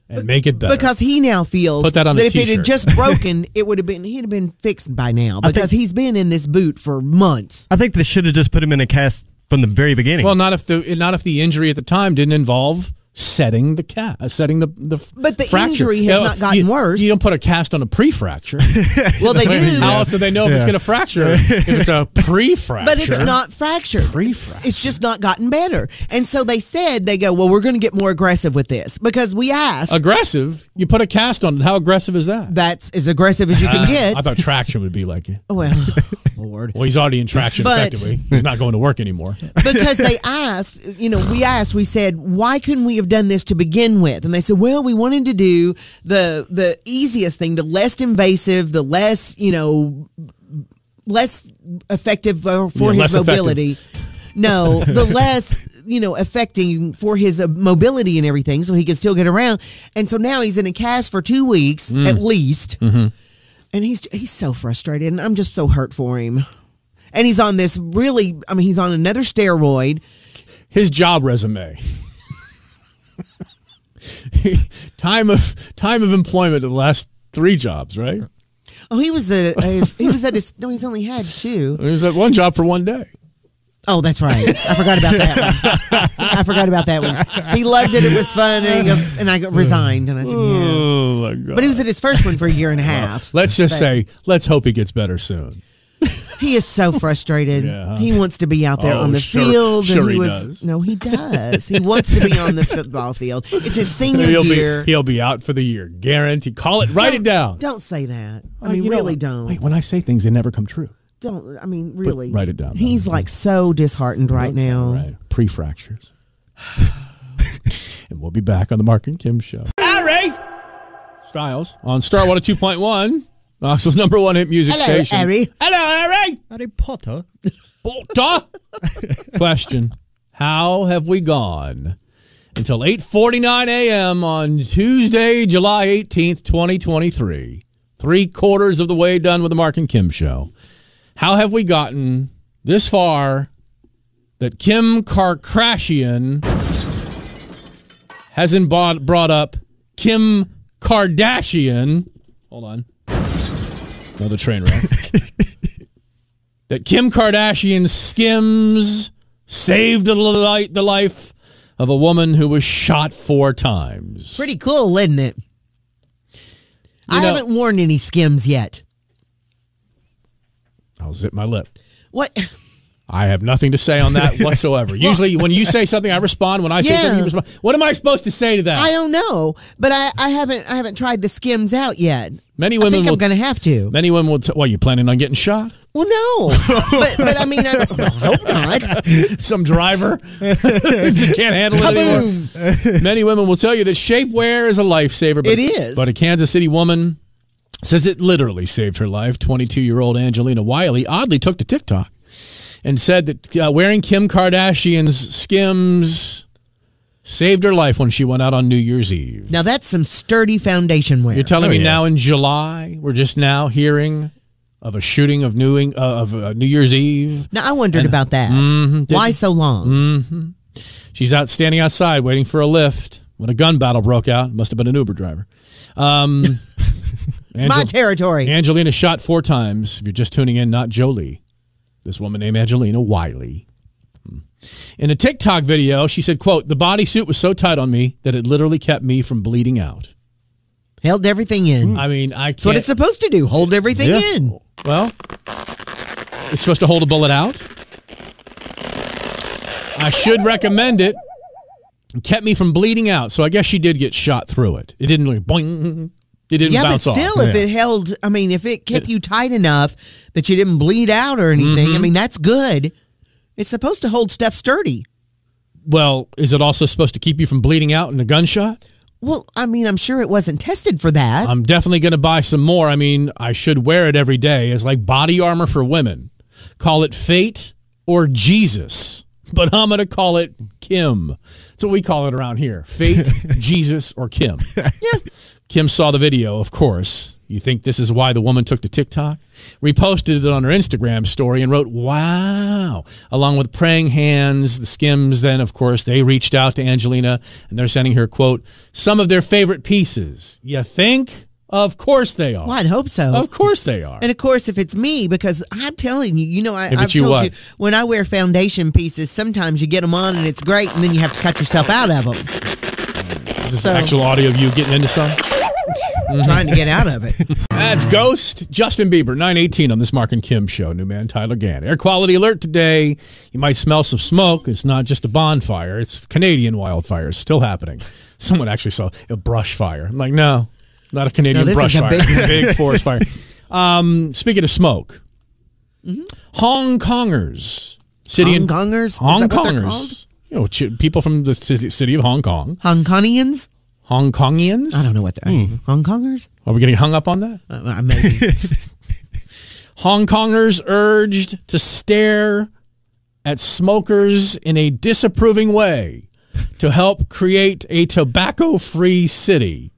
and make it better. because he now feels Put that on a if it had t-shirt. just broken, it would have been he'd have been fixed by now because he's been in this boot for months. I think they should have just put him in a cast from the very beginning. well, not if the not if the injury at the time didn't involve setting the cat uh, setting the the f- But the fracture. injury has not gotten you- worse. You don't put a cast on a pre-fracture. Well, they do, How else do they know if it's Yeah. going to fracture? if it's a pre-fracture, but it's not fractured. pre-fracture. It's just not gotten better. And so they said they go, well, we're going to get more aggressive with this because we asked. aggressive. You put a cast on it. How aggressive is that? that's as aggressive as you can get. I thought traction would be like. well, Lord. Well, he's already in traction But- effectively. He's not going to work anymore. Because they asked, you know, we asked, we said, why couldn't we have done this to begin with? And they said, well, we wanted to do the the easiest thing, the less invasive, the less, you know, less effective for, for Yeah, less his effective. mobility. No, the less you know affecting for his uh, mobility and everything, so he can still get around. And so now he's in a cast for two weeks Mm. at least, Mm-hmm. and he's he's so frustrated, and I'm just so hurt for him. And he's on this really, I mean, he's on another steroid. His job resume. time of time of employment at the last three jobs, right? Oh, he was at his, he was at his no, he's only had two. I mean, it was that one job for one day. Oh, that's right. I forgot about that one. I forgot about that one. He loved it. It was fun, and he goes, and I got resigned, and I said, yeah. oh my god! But he was at his first one for a year and a half. Let's just But- say, let's hope he gets better soon. He is so frustrated. Yeah, huh? He wants to be out there Oh, on the sure- field. sure he was, does. No, he does. he wants to be on the football field. It's his senior He'll year. be he'll be out for the year, guarantee. Call it, write it down. Don't say that. I Wait, mean, you know really what? don't. Wait, when I say things, they never come true. Don't. I mean, really. write it down. He's like so disheartened right now. Right. Pre fractures. and we'll be back on the Mark and Kim show. All right. Styles on Star 102.1, Knoxville's number one hit music Hello, station. Harry. Hello, Harry. Harry Potter. Porter. Question: How have we gone until 8:49 a.m. on Tuesday, July 18th, 2023? Three quarters of the way done with the Mark and Kim show. How have we gotten this far that Kim Kardashian hasn't bought, brought up Kim Kardashian? Hold on. Another train wreck that Kim Kardashian skims saved the light the life of a woman who was shot four times. Pretty cool, isn't it? I know- haven't worn any skims yet. I'll zip my lip. What? I have nothing to say on that whatsoever. Usually, when you say something, I respond. When I say Yeah. something, you respond. What am I supposed to say to that? I don't know, but I, I haven't I haven't tried the skims out yet. Many I women think will. I'm going to have to. many women will. T- well, you planning on getting shot? Well, no, but but I mean, I, I hope not. Some driver just can't handle it anymore. Kaboom! Many women will tell you that shapewear is a lifesaver. But, It is. But a Kansas City woman says it literally saved her life. 22 year old Angelina Wiley oddly took to TikTok and said that uh, wearing Kim Kardashian's skims saved her life when she went out on New Year's Eve. Now that's some sturdy foundation wear. You're telling Oh, me yeah. now in July, we're just now hearing of a shooting of New, Eng- uh, of, uh, New Year's Eve. now I wondered about that. Mm-hmm. did Why you? so long? She's out standing outside waiting for a lift when a gun battle broke out. Must have been an Uber driver. Um, Mm-hmm. It's my territory. Angelina shot four times. If you're just tuning in, not Jolie. This woman named Angelina Wiley. Hmm. In a TikTok video, she said, quote, the bodysuit was so tight on me that it literally kept me from bleeding out. Held everything in. I mean, I That's what can't. it's supposed to do. Hold everything Mm-hmm. Yeah. in. Well, it's supposed to hold a bullet out. I should recommend it. It kept me from bleeding out, so I guess she did get shot through it. It didn't like boing. It didn't Yeah, but bounce still, off. if Yeah. it held, I mean, if it kept you tight enough that you didn't bleed out or anything, Mm-hmm. I mean, that's good. It's supposed to hold stuff sturdy. well, is it also supposed to keep you from bleeding out in a gunshot? Well, I mean, I'm sure it wasn't tested for that. I'm definitely going to buy some more. I mean, I should wear it every day as like body armor for women. Call it fate or Jesus, but I'm going to call it Kim. That's what we call it around here fate, Jesus, or Kim. Kim saw the video, of course. You think this is why the woman took to TikTok? Reposted it on her Instagram story and wrote, Wow, along with praying hands. The Skims, then, of course, they reached out to Angelina and they're sending her, quote, some of their favorite pieces. You think? Of course they are. well, Oh, I'd hope so. Of course they are. And of course, if it's me, because I'm telling you, you know, I, If it's I've you, told what? you when I wear foundation pieces, sometimes you get them on and it's great, and then you have to cut yourself out of them, Is this so- actual audio of you getting into some? Mm-hmm. trying to get out of it. That's Ghost, Justin Bieber, 918 on this Mark and Kim show. New man Tyler Gann. Air quality alert today. You might smell some smoke. It's not just a bonfire, it's Canadian wildfire. It's still happening. Someone actually saw a brush fire. I'm like, no, not a Canadian No, this brush is a fire. big- forest fire. Um, speaking of smoke, Hong Kongers. City in- Mm-hmm. Hong Kongers? Is Hong that what they're Kongers. called? You know, chi- people from the ci- city of Hong Kong. Hong Kongians? Hong Kongians? I don't know what they're Hmm. Hong Kongers. Are we getting hung up on that? Uh, uh, maybe. Hong Kongers urged to stare at smokers in a disapproving way to help create a tobacco free city.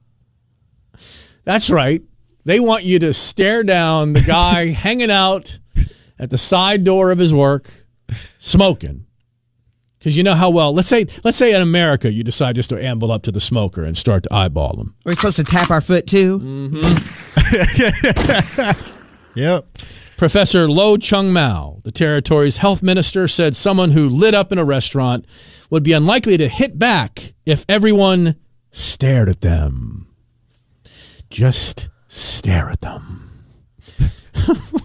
That's right. They want you to stare down the guy hanging out at the side door of his work smoking. Cuz you know how well. Let's say let's say in America you decide just to amble up to the smoker and start to eyeball them. We're supposed to tap our foot too. Yep. Professor Lo Chung Mao, the territory's health minister, said someone who lit up in a restaurant would be unlikely to hit back if everyone stared at them. Just stare at them.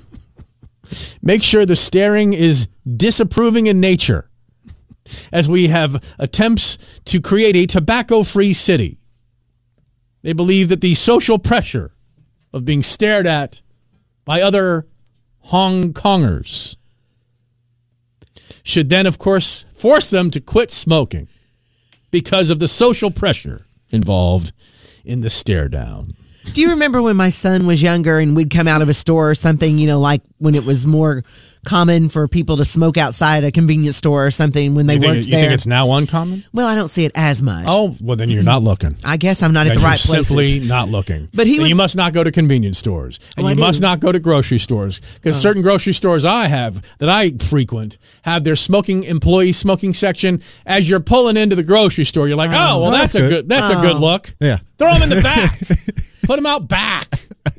Make sure the staring is disapproving in nature, as we have attempts to create a tobacco free city. They believe that the social pressure of being stared at by other Hong Kongers should then, of course, force them to quit smoking because of the social pressure involved in the stare down. Do you remember when my son was younger and we'd come out of a store or something, you know, like when it was more common for people to smoke outside a convenience store or something when they You, think, worked you there? think it's now uncommon? well, I don't see it as much. Oh, well, then you're not looking. I guess I'm not at Then the you're right places. simply not looking. But he Then would- you must not go to convenience stores, and Oh, I you must do. not go to grocery stores because certain grocery stores I have that I frequent have their smoking employee smoking section. As you're pulling into the grocery store, you're like, oh, well, that's, that's a good. good that's a good look. Yeah. throw them in the back, put them out back.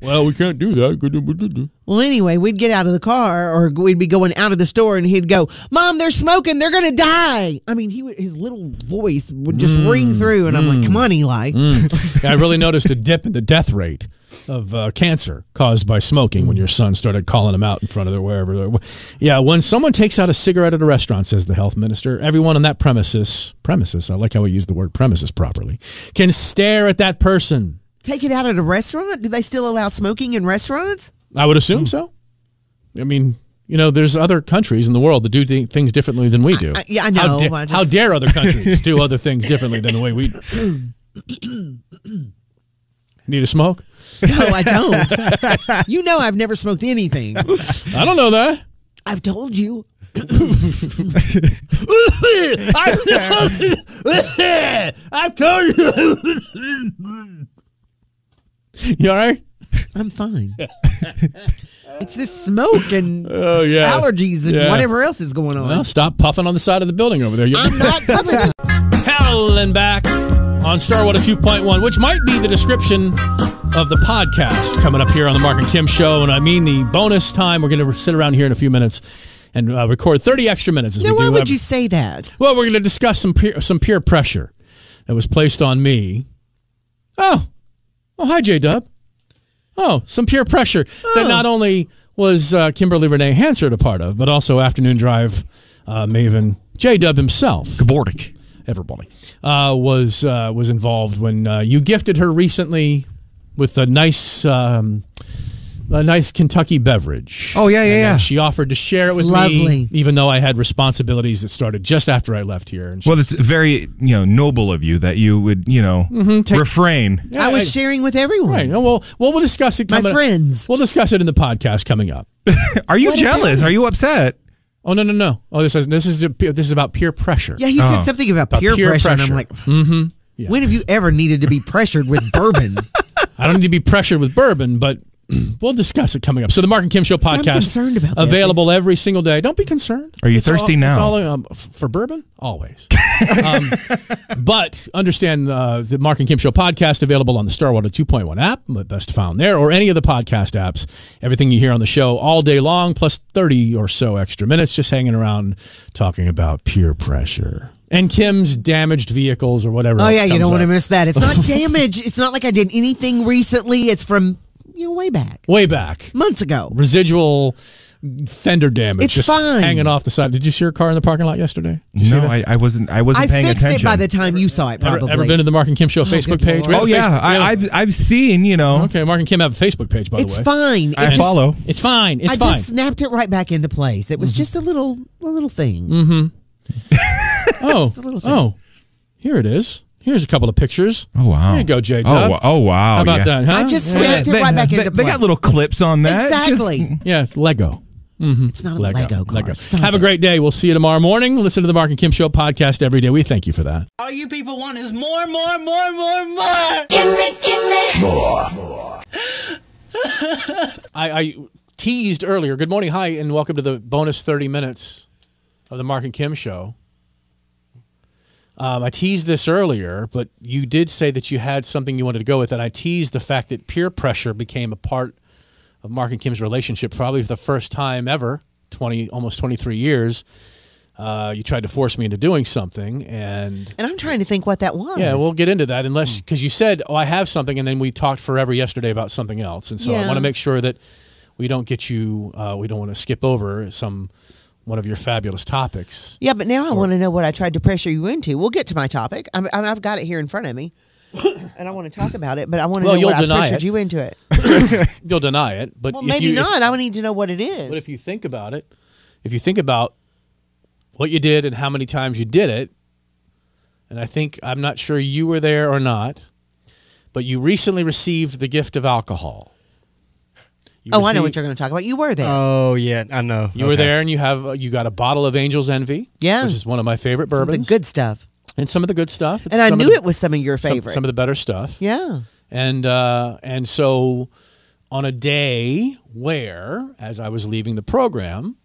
Well, we can't do that. Well, anyway, we'd get out of the car or we'd be going out of the store and he'd go, Mom, they're smoking. They're going to die. I mean, he would, his little voice would just Mm, ring through. And I'm like, come on, Eli. Yeah, I really noticed a dip in the death rate of uh, cancer caused by smoking Mm. when your son started calling them out in front of their wherever. they were. Yeah, when someone takes out a cigarette at a restaurant, says the health minister, everyone on that premises, premises, I like how we use the word premises properly, can stare at that person. Take it out at a restaurant? Do they still allow smoking in restaurants? I would Hmm. assume so. I mean, you know, there's other countries in the world that do thi- things differently than we do. I- yeah, I How, know, da- I just- how dare other countries do other things differently than the way we do? Need a smoke? No, I don't. you know, I've never smoked anything. I don't know that. I've told you. I told you. You all right? I'm fine. it's this smoke and Oh yeah. allergies and Yeah. whatever else is going on. Well, stop puffing on the side of the building over there. You're I'm not smoking. howling back on Starwater 2.1, which might be the description of the podcast coming up here on the Mark and Kim Show. And I mean the bonus time. We're going to sit around here in a few minutes and uh, record 30 extra minutes. As Now, we why do uh, would every- you say that? Well, we're going to discuss some peer, some peer pressure that was placed on me. Oh, oh, hi, J Dub. Oh, some peer pressure Oh. that not only was uh, Kimberly Renee Hansard a part of, but also Afternoon Drive uh, Maven J Dub himself, Gabordic. everybody, uh, was uh, was involved when uh, you gifted her recently with a nice. Um, a nice Kentucky beverage. Oh, yeah, yeah, And then yeah. She offered to share it It's with me, lovely. even though I had responsibilities that started just after I left here. And she Well, it's very you know noble of you that you would you know Mm-hmm. refrain. I was I- sharing with everyone. Right. No, well, well, we'll discuss it. My coming up- friends. We'll discuss it in the podcast coming up. Are you jealous? Are you upset? Oh no, no, no. Oh, this is this is a peer- this is about peer pressure. Yeah, he said something Oh. about About peer, peer pressure, Mm-hmm. and pressure. I'm like, when have you ever needed to be pressured with bourbon? I don't need to be pressured with bourbon, but we'll discuss it coming up. So the Mark and Kim Show I'm podcast concerned about this. available every single day. Don't be concerned. Are you It's thirsty all, now? It's all um, f- for bourbon always. um, but understand uh, the Mark and Kim Show podcast available on the Starwater 2.1 app, but best found there, or any of the podcast apps. Everything you hear on the show all day long, plus 30 or so extra minutes, just hanging around talking about peer pressure and Kim's damaged vehicles or whatever. oh else yeah, you comes don't want to up. miss that. It's not damage. It's not like I did anything recently. It's from you know way back Way back. months ago. residual fender damage It's just fine. hanging off the side. Did you see her car in the parking lot yesterday? Did you see No, that? I, I wasn't. I wasn't I paying fixed attention. it by the time you saw it. Ever, Probably. ever been to the Mark and Kim Show good Facebook page? Lord. We have Oh a yeah, Facebook- I, yeah. I've I've seen you know. okay, Mark and Kim have a Facebook page by it's the way. fine. It I just- follow. It's fine. It's I fine. Mm-hmm. just snapped it right back into place. It was just a little, a little thing. Mm. oh, little thing. oh, here it is. Here's a couple of pictures. Oh wow. There you go, J. Oh wa- oh wow. How about yeah. that? Huh? I just yeah. snapped it right back they, into they place. got little clips on that. Just- Exactly. yeah, it's Lego. It's not a Lego, car. Stop Have a it. great day. We'll see you tomorrow morning. Listen to the Mark and Kim Show podcast every day. We thank you for that. All you people want is more, more, more, more, more. I, I teased earlier. Good morning, hi, and welcome to the bonus thirty minutes of the Mark and Kim show. Um, I teased this earlier, but you did say that you had something you wanted to go with, and I teased the fact that peer pressure became a part of Mark and Kim's relationship, probably for the first time ever, twenty almost twenty three years. Uh, you tried to force me into doing something, and And I'm trying to think what that was. yeah, we'll get into that unless Hmm. because you said, "Oh, I have something," and then we talked forever yesterday about something else, and so I Yeah. want to make sure that we don't get you. Uh, we don't want to skip over some one of your fabulous topics. Yeah, but now I want to know what I tried to pressure you into. We'll get to my topic. I'm, I'm, I've got it here in front of me, and I want to talk about it. But I want to Well, know you'll what I deny pressured it. you into it. You'll deny it, but Well, if maybe you, if- not. I need to know what it is. but if you think about it, if you think about what you did and how many times you did it, and I think I'm not sure you were there or not, but you recently received the gift of alcohol. You oh, I know what received- you're going to talk about. You were there. Oh yeah, I know. You were there, and you have uh, you got a bottle of Angel's Envy, Yeah. which is one of my favorite Some of the bourbons, good stuff. and some of the good stuff. It's And I some of knew the- it was some of your some- favorite. some of the better stuff. yeah. And uh, and so on a day where, as I was leaving the program,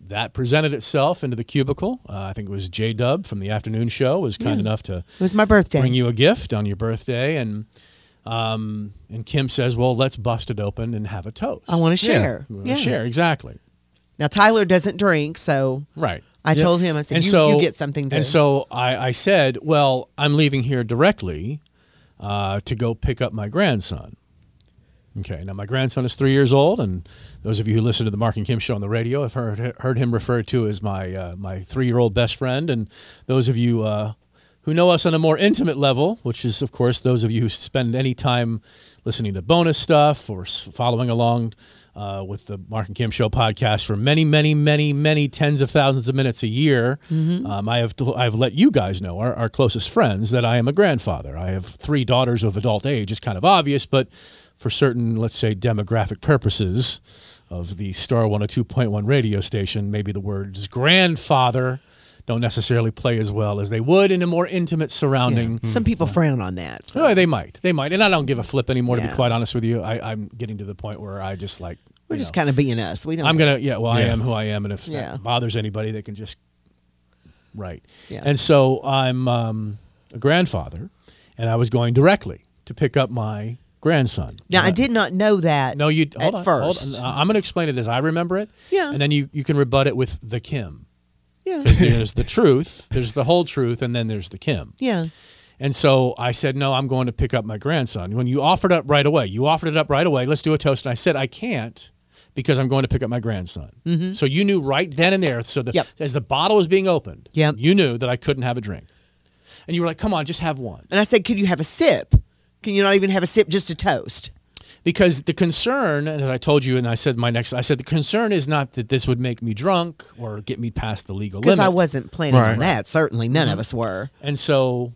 that presented itself into the cubicle. Uh, I think it was J Dub from the afternoon show was kind enough to It was my birthday. bring you a gift on your birthday, and um, and Kim says, "Well, let's bust it open and have a toast." I want to share. We wanna Yeah. share exactly Now, Tyler doesn't drink, so right. I told him, I said, and you, so you get something to And so I, I said, "Well, I'm leaving here directly uh, to go pick up my grandson." Okay, now my grandson is three years old, and those of you who listen to the Mark and Kim show on the radio have heard heard him referred to as my uh, my three year old best friend, and those of you. Uh, who know us on a more intimate level, which is, of course, those of you who spend any time listening to bonus stuff or s- following along uh, with the Mark and Kim Show podcast for many, many, many, many tens of thousands of minutes a year. Um, I have I've let you guys know, our, our closest friends, that I am a grandfather. I have three daughters of adult age. It's kind of obvious, but for certain, let's say, demographic purposes of the Star 102.1 radio station, maybe the words grandfather don't necessarily play as well as they would in a more intimate surrounding. Some people frown on that. So. Oh, they might. They might. And I don't give a flip anymore, to be Yeah. quite honest with you. I, I'm getting to the point where I just like. We're you just know, kind of being us. We don't. I'm going to, yeah, well, I Yeah. am who I am. And if Yeah. that bothers anybody, they can just. Right. Yeah. And so I'm um, a grandfather, and I was going directly to pick up my grandson. Now, I did not know that. No, you at hold on, hold first. on. uh, I'm going to explain it as I remember it. Yeah. And then you, you can rebut it with the Kim. Yeah. Because there's the truth, there's the whole truth, and then there's the Kim. Yeah. And so I said, No, I'm going to pick up my grandson. When you offered up right away, you offered it up right away. Let's do a toast. And I said, I can't because I'm going to pick up my grandson. So you knew right then and there. So the, Mm-hmm. Yep. as the bottle was being opened, Yep. you knew that I couldn't have a drink. And you were like, Come on, just have one. And I said, could you have a sip? Can you not even have a sip, just a toast? Because the concern, and as I told you, and I said my next, I said, the concern is not that this would make me drunk or get me past the legal limit. Mm-hmm. Because I wasn't planning on Right. that. Certainly, none of us were. And so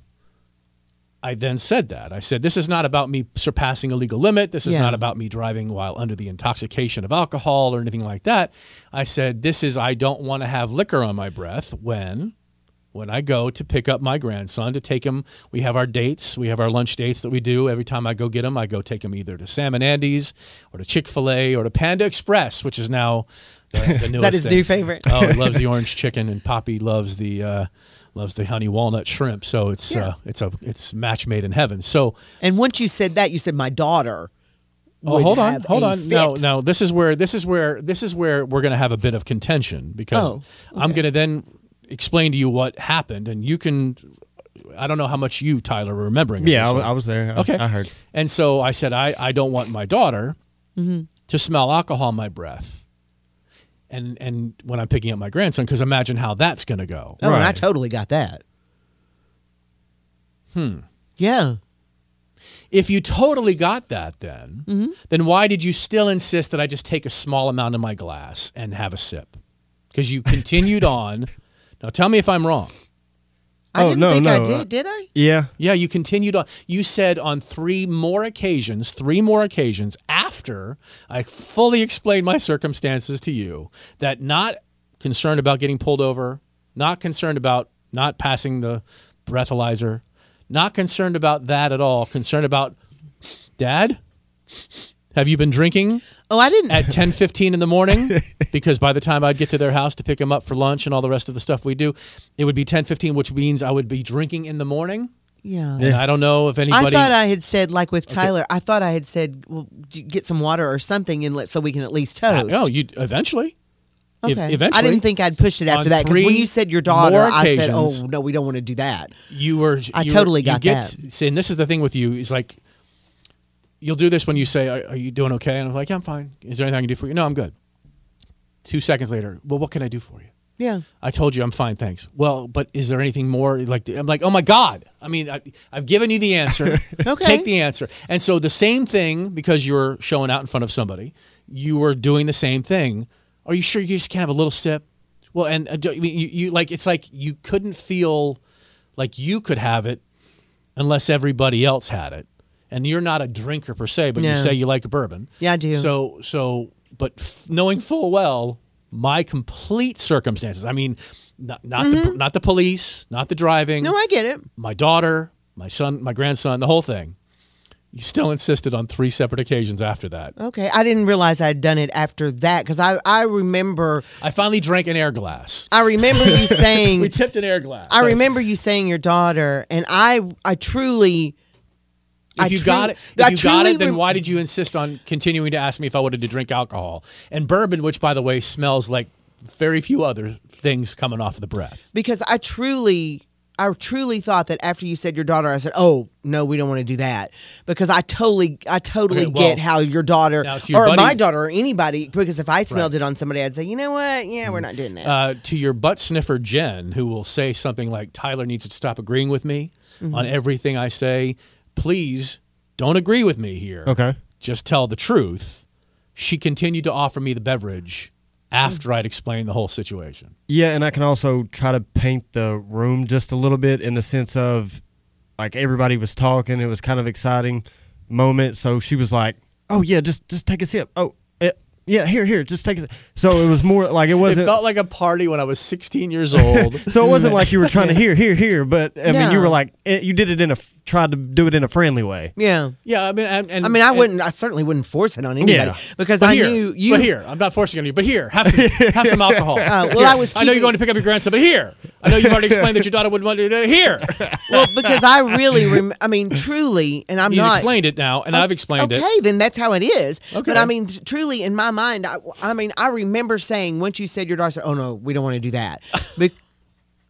I then said that. I said, This is not about me surpassing a legal limit. This is Yeah. not about me driving while under the intoxication of alcohol or anything like that. I said, This is, I don't want to have liquor on my breath when. When I go to pick up my grandson to take him, we have our dates. We have our lunch dates that we do. Every time I go get him, I go take him either to Salmon Andy's or to Chick fil A or to Panda Express, which is now the, the newest. Is that his thing. new favorite? Oh, he loves the orange chicken, and Poppy loves the uh, loves the honey walnut shrimp. So it's uh, it's a it's match made in heaven. So And once you said that, you said my daughter. oh, would hold on, have hold a on. No, fit. no, this is where this is where this is where we're gonna have a bit of contention because Oh, I'm gonna then explain to you what happened, and you can. I don't know how much you, Tyler, were remembering. of Yeah, I, this w- one. I was there. I, Okay. I heard. And so I said, I, I don't want my daughter Mm-hmm. to smell alcohol in my breath. And, and when I'm picking up my grandson, because imagine how that's going to go. Oh, and I Right. totally got that. Hmm. Yeah. If you totally got that, then then why did you still insist that I just take a small amount of my glass and have a sip? Because you continued on. Now tell me if I'm wrong. I Oh, didn't no, think I no, did, uh, did I? Yeah. Yeah, you continued on. You said on three more occasions, three more occasions after I fully explained my circumstances to you that not concerned about getting pulled over, not concerned about not passing the breathalyzer, not concerned about that at all, concerned about dad, have you been drinking? Oh, I didn't. at 10:15 in the morning because by the time I'd get to their house to pick them up for lunch and all the rest of the stuff we do, it would be 10:15, which means I would be drinking in the morning. yeah. And I don't know if anybody I thought I had said, like with Tyler, I thought I had said, well, d- get some water or something and let so we can at least toast. No, Oh, you eventually. If- Okay. I eventually, didn't think I'd pushed it on after that because when three you said your daughter, more I said, occasions- "Oh no, we don't want to do that." you were. I you totally were, got you get, see, And this is the thing with you is like, you'll do this when you say, "Are, are you doing okay?" And I'm like, "Yeah, I'm fine." Is there anything I can do for you? No, I'm good. Two seconds later, well, what can I do for you? Yeah, I told you I'm fine, thanks. Well, but is there anything more? Like I'm like, oh my god! I mean, I, I've given you the answer. Okay. Take the answer. And so the same thing because you're showing out in front of somebody, you were doing the same thing. Are you sure you just can't have a little sip? Well, and uh, do- I mean, you, you like it's like you couldn't feel like you could have it unless everybody else had it. and you're not a drinker per se, but you No. say you like a bourbon. Yeah, I do. So so, but f- knowing full well my complete circumstances. I mean, not, not the not the police, not the driving. Mm-hmm. No, I get it. my daughter, my son, my grandson, the whole thing. You still insisted on three separate occasions after that. Okay, I didn't realize I'd done it after that because I I remember I finally drank an air glass. I remember you saying We tipped an air glass. I remember you saying your daughter, and I I truly. I If you tru- got it, if I you got truly it, then rem- why did you insist on continuing to ask me if I wanted to drink alcohol and bourbon, which by the way smells like very few other things coming off the breath. Because I truly, I truly thought that after you said your daughter, I said, "Oh no, we don't want to do that," because I totally, I totally Okay, well, get how your daughter now to your or buddy- my daughter or anybody. Because if I smelled it on somebody, I'd say, "You know what? Yeah, we're not doing that." Uh, to your butt sniffer Jen, who will say something like Tyler needs to stop agreeing with me Mm-hmm. on everything I say. Please don't agree with me here. Okay. just tell the truth. She continued to offer me the beverage Mm. after I'd explained the whole situation. Yeah, and I can also try to paint the room just a little bit in the sense of like everybody was talking. It was kind of exciting moment. So she was like, "Oh yeah, just just take a sip. Oh eh, yeah, here here, just take a sip." So it was more like it It wasn't. felt like a party when I was 16 years old. so it wasn't like you were trying to hear here here, but I mean you No. were like eh, you did it in a f- tried to do it in a friendly way. yeah. yeah, I mean, and, and I mean, I and- wouldn't. I certainly wouldn't force it on anybody Yeah. because But I here, knew you. Uh, but here, I'm not forcing on you. But here, have some, have some alcohol. well, Here. I was know you're keeping- going to pick up your grandson, but here, I know you've already explained that your daughter wouldn't want to. do that. Here, Well, because I really, rem- I mean, truly, and I'm he's not. explained it now, and I've explained okay, it. then that's how it is. Okay. But I mean, t- truly, in my mind, I, I mean, I remember saying once you said your daughter said, "Oh no, we don't want to do that." Be-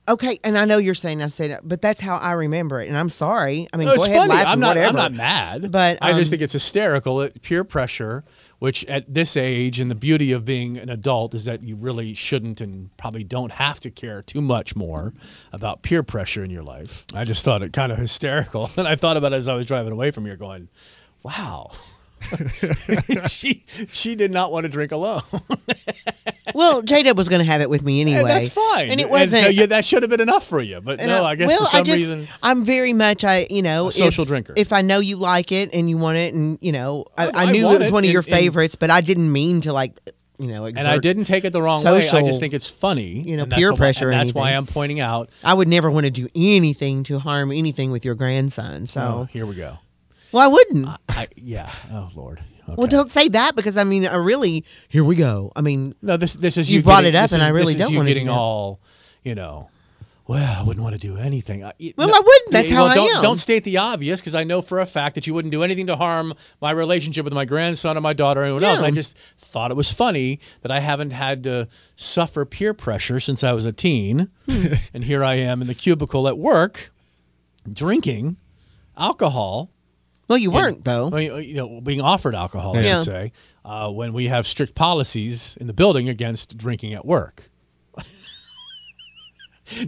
okay, and I know you're saying I said it, but that's how I remember it, and I'm sorry. I mean, No, go it's ahead, funny. laugh. I'm and not. Whatever. I'm not mad. But, I um, just think it's hysterical. It, peer pressure, which at this age and the beauty of being an adult is that you really shouldn't and probably don't have to care too much more about peer pressure in your life. I just thought it kind of hysterical, and I thought about it as I was driving away from here, going, "Wow." she she did not want to drink alone. Well, J Dub was going to have it with me anyway. And that's fine. and it wasn't. so, yeah, that should have been enough for you. But And uh, no, I, guess for well, some I just, reason. I'm very much I you know A social if- drinker. If I know you like it and you want it, and you know I, Oh, I I knew it want was it, one of and- your and- favorites, but I didn't mean to like you know. Exert, And I didn't take it the wrong way. I social, just think it's funny. you know, and that's peer why- pressure or And that's why anything. I'm pointing out. I would never want to do anything to harm anything with your grandson. Oh, So here we go. well, I wouldn't. I, yeah. Oh Lord. Ah, Okay. Well, don't say that because I mean, I really. Here we go. I mean, no, this this is You you, brought getting- it up this and is- I really this is don't you wanna do getting that. all, you know. Well, I wouldn't want to do anything. I, it- Well, I wouldn't. That's how well, I don't, am. Don't state the obvious because I know for a fact that you wouldn't do anything to harm my relationship with my grandson or my daughter or anyone else. I Yeah. just thought it was funny that I haven't had to suffer peer pressure since I was a teen, Hmm. and here I am in the cubicle at work, drinking alcohol well, you weren't though. I mean, uh, you know, being offered alcohol, I Yeah. should say, uh, when we have strict policies in the building against drinking at work.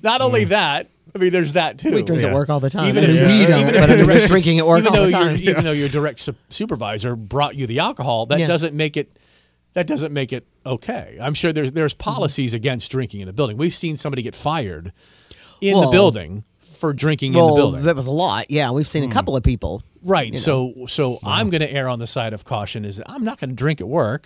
Not only that, I mean, there's that too. We drink at Yeah. work all the time. Even if I mean, you're- we even don't, if but I you're mean, we're direct- drinking at work even all though the your time. even though your direct su- supervisor brought you the alcohol, that Yeah. doesn't make it that doesn't make it okay. I'm sure there's there's Mm-hmm. policies against drinking in the building. We've seen somebody get fired in the Well- building for drinking in Well, the building. Hmm. that was a lot. Yeah, we've seen a couple of people. Right. So so I'm going to err on the side of caution. Is I'm not going to drink at work.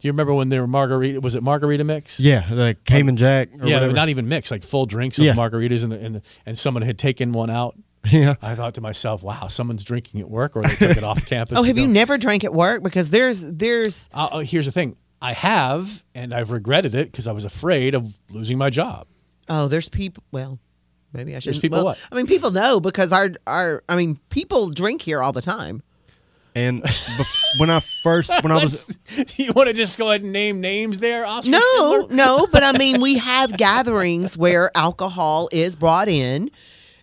Do you remember when they were margarita? Was it margarita mix? Yeah, the Cayman Jack. Or yeah. whatever. Not even mix, like full drinks of Yeah. margaritas, and the, and the, and someone had taken one out. yeah. I thought to myself, wow, someone's drinking at work, or they took it off campus. Oh, to have you go- never drank at work? Because there's there's Uh, uh, here's the thing. I have, and I've regretted it because I was afraid of losing my job. oh there's people. Well, maybe I should. people well, what? I mean, people know because our our I mean, people drink here all the time. And bef- when I first when I was you want to just go ahead and name names there, Oscar? No, Schindler? no, but I mean, we have gatherings where alcohol is brought in,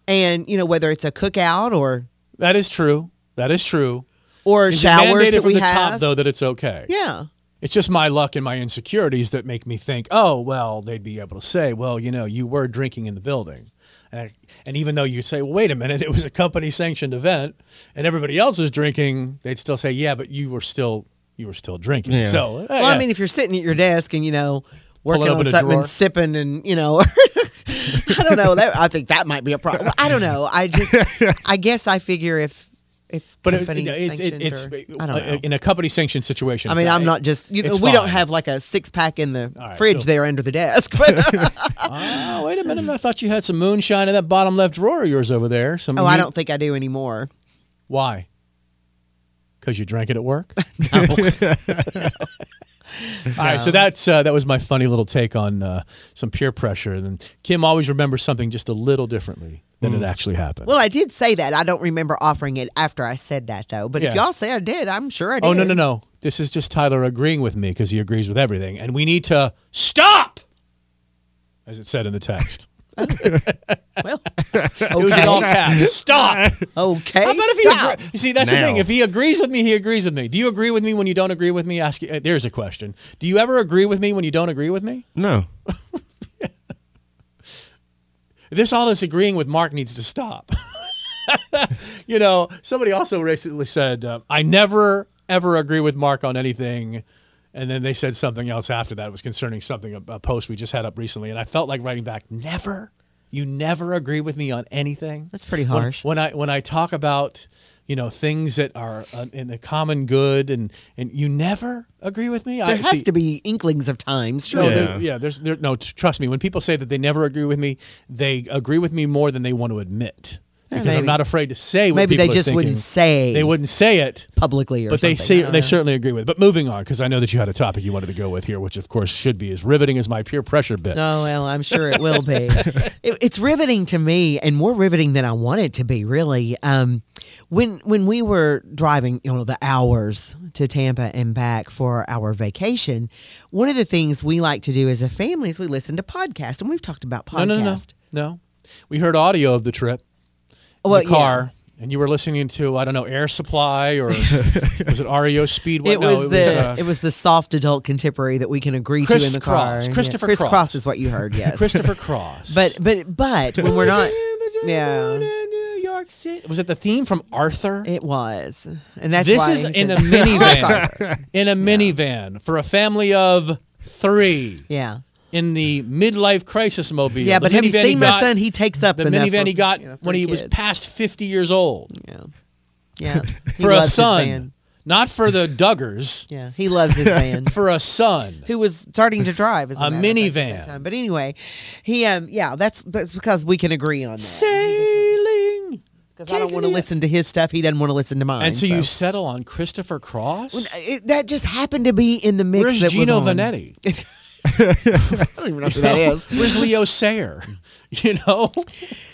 and you know whether it's a cookout or that is true. That is true. or Is it showers mandated that from we the have. top, though, that it's okay. Yeah, It's just my luck and my insecurities that make me think, oh, well, they'd be able to say, well, you know, you were drinking in the building. And, and even though you say, well, wait a minute, it was a company sanctioned event and everybody else was drinking, they'd still say, yeah, but you were still you were still drinking. Yeah. So, uh, well, I mean, if you're sitting at your desk and you know working Pulling on open a something drawer. and sipping, and you know, I don't know. That I think that might be a problem. I don't know. I just, I guess I figure if It's But it, company you know, it's it, it's uh, sanctioned or- I don't know. in a company sanctioned situation. I mean, it's- I'm not just. You know, it's we don't fine. have like a six pack in the right, fridge so- there under the desk. But Oh, wait a minute! I thought you had some moonshine in that bottom left drawer of yours over there. Some oh, I don't think I do anymore. Why? Because you drank it at work. All right, so that's uh, that was my funny little take on uh, some peer pressure. And Kim always remembers something just a little differently than it actually happened. Well, I did say that. I don't remember offering it after I said that though. But if Yeah. y'all say I did, I'm sure I did. oh no, no, no! This is just Tyler agreeing with me because he agrees with everything, and we need to stop, as it said in the text. Well, It was in all caps. Stop. okay. How about if he stop. agree- you see that's the Now. thing. If he agrees with me, he agrees with me. Do you agree with me when you don't agree with me? Ask. Uh, there's a question. Do you ever agree with me when you don't agree with me? No. This all this agreeing with Mark needs to stop. you know, somebody also recently said, uh, "I never ever agree with Mark on anything." And then they said something else after that. It was concerning something a, a post we just had up recently, and I felt like writing back. Never, you never agree with me on anything. That's pretty When- harsh. When, I when I talk about you know things that are uh, in the common good, and and you never agree with me. There I, has see- to be inklings of times. no, Surely. there- yeah. Yeah. there's there, no. t- Trust me, when people say that they never agree with me, they agree with me more than they want to admit because I'm maybe. not afraid to say. What Maybe they people are just wouldn't thinking. say. They wouldn't say it. publicly, or But they something. see, I don't they know. certainly agree with. it. But moving on, because I know that you had a topic you wanted to go with here, which of course should be as riveting as my peer pressure bit. Oh well, I'm sure it will be. it, it's riveting to me, and more riveting than I want it to be. Really, um, when when we were driving, you know, the hours to Tampa and back for our vacation, one of the things we like to do as a family is we listen to podcasts, and we've talked about no, podcasts. no, no, no, no. We heard audio of the trip, in Well, the yeah. car, and you were listening to I don't know Air Supply or was it REO Speedway? It No, was the uh, it was the soft adult contemporary that we can agree to in the car. Criss-cross. Christopher Chris Cross. Cross is what you heard, yes. Christopher Cross. but but but when we're not, yeah, New York City. Was it the theme from Arthur? it was, and that's this why is he in a said- minivan. in a minivan for a family of three yeah. in the midlife crisis mobile. Yeah, The but have you minivan he seen my got- son? He takes up The enough minivan for, he got you know, for when he was kids. past 50 years old Yeah, yeah. He for a loves his son, van. not for the Duggars, Yeah, he loves his van. for a son. Who was starting to drive as A minivan. Time. But anyway, he um yeah, that's that's because we can agree on that. Sailing. Because I don't want to taking it- listen to his stuff. He doesn't want to listen to mine. And so, you so. settle on Christopher Cross? It, that just happened to be in the mix. Where's that Gino was on. Vanetti? I don't even know who that is. Where's Leo Sayer? You know,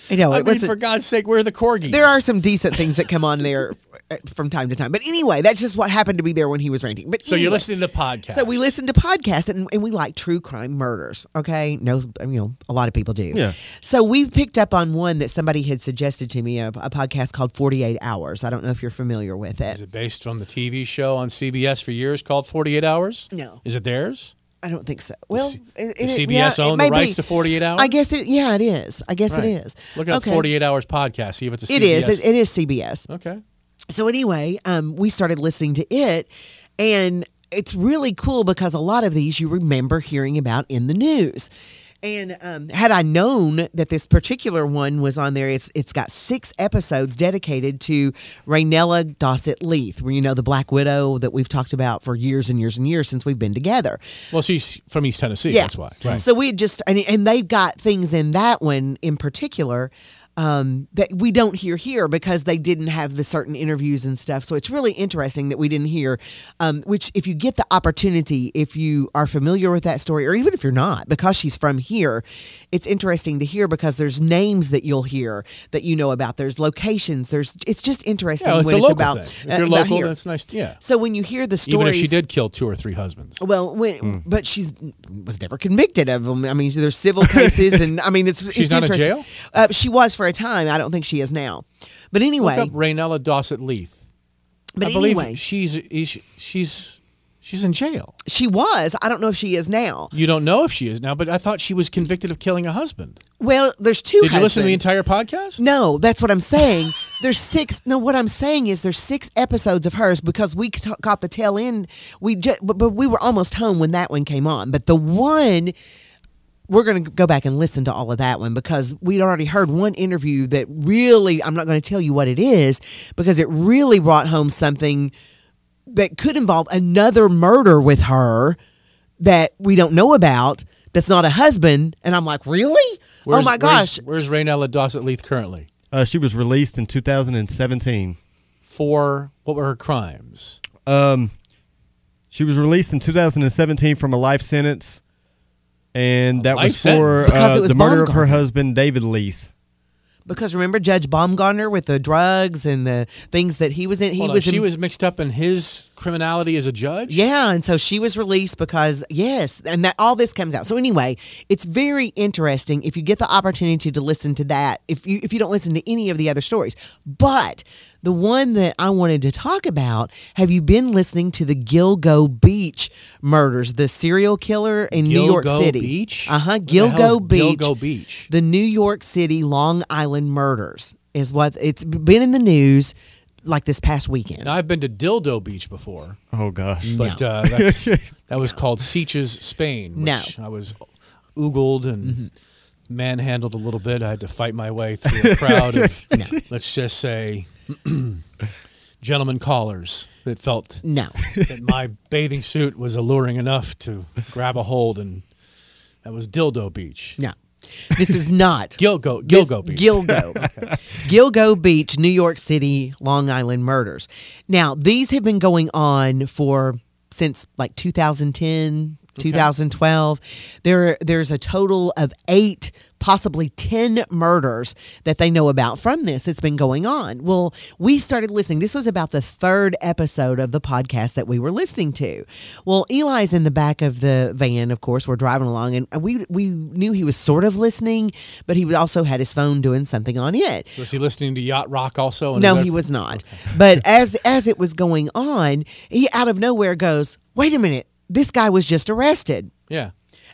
You know, I it mean, was for God's sake, where are the corgis? there are some decent things that come on there uh, from time to time. But anyway, that's just what happened to be there when he was ranting. But So you're anyway. listening to podcasts. So we listen to podcasts and, and we like true crime murders. Okay. No, you know, a lot of people do. Yeah. So we picked up on one that somebody had suggested to me a, a podcast called 48 Hours. I don't know if you're familiar with Is it. it based on the TV show on CBS for years called 48 Hours? No. Is it theirs? I don't think so. Well, it, Does CBS it- yeah, it own may the rights to be. 48 Hours? I guess it, yeah, it is. I guess Right. it is. Look up Okay. 48 Hours podcast. See if it's a CBS. It is. It, it is CBS. okay. So anyway, um, we started listening to it, and it's really cool because a lot of these you remember hearing about in the news. And um, had I known that this particular one was on there, it's it's got six episodes dedicated to Raynella Dossett Leith, where you know the Black Widow that we've talked about for years and years and years since we've been together. Well, she's from East Tennessee. That's why. Right. So we had just and, and they've got things in that one in particular um, that we don't hear here because they didn't have the certain interviews and stuff. So it's really interesting that we didn't hear. Um, which, if you get the opportunity, if you are familiar with that story, or even if you're not, because she's from here, it's interesting to hear because there's names that you'll hear that you know about. There's locations. There's it's just interesting yeah, it's when a it's local about thing. uh, If you're about local, here. that's nice. Yeah. So when you hear the stories, Even if she did kill two or three husbands. well, when, Hmm. but she's was never convicted of them. I mean, there's civil cases, and I mean, it's She's it's not in interesting. jail? Uh, she was for a time. I don't think she is now. But Look anyway, up Raynella Dossett Leith. but I believe anyway, she's is- she's she's in jail. she was. I don't know if she is now. You don't know if she is now, but I thought she was convicted of killing a husband. Well, there's two. Did you listen to the husbands. entire podcast? No, that's what I'm saying. There's six. No, what I'm saying is there's six episodes of hers because we t- got the tail end. We just, but, but we were almost home when that one came on. But the one we're going to go back and listen to all of that one because we'd already heard one interview that really, I'm not going to tell you what it is because it really brought home something that could involve another murder with her that we don't know about that's not a husband. And I'm like, really? oh Where's- my gosh. Where's, where's Raynella Dossett Leith currently? Uh, she was released in 2017. For what were her crimes? Um, she was released in 2017 from a life sentence, and that life was for sentence? Because uh, it was the murder of her Baumgartner. husband, David Leith. Because remember Judge Baumgartner with the drugs and the things that he was in? He Hold on, was she in, was mixed up in his criminality as a judge? Yeah, and so she was released because yes, and that all this comes out. So anyway, it's very interesting if you get the opportunity to listen to that. If you if you don't listen to any of the other stories, but the one that I wanted to talk about, have you been listening to the Gilgo Beach murders, the serial killer in New York Gilgo City? Beach? Uh-huh, What the hell's Gilgo Beach. Gilgo Beach? The New York City Long Island murders is what it's been in the news like this past weekend. Now, I've been to Dildo Beach before, Oh gosh, but uh, that's, that was called Seaches, Spain. No. Mm-hmm. Which I was oogled and manhandled a little bit. I had to fight my way through a crowd of, let's just say, gentlemen callers that felt No. that my bathing suit was alluring enough to grab a hold, and that was Dildo Beach. No. This is not Gilgo, Gilgo This- Beach. Gilgo. Gilgo Beach, New York City, Long Island murders. Now, these have been going on for since like 2010, 2012. There there's a total of 8 possibly 10 murders that they know about from this that's been going on. Well, we started listening. This was about the third episode of the podcast that we were listening to. Well, Eli's in the back of the van, of course, we're driving along and we we knew he was sort of listening, but he also had his phone doing something on it. Was he listening to Yacht Rock also? No, Another- he was not. But as as it was going on, he out of nowhere goes, "Wait a minute. This guy was just arrested." Yeah.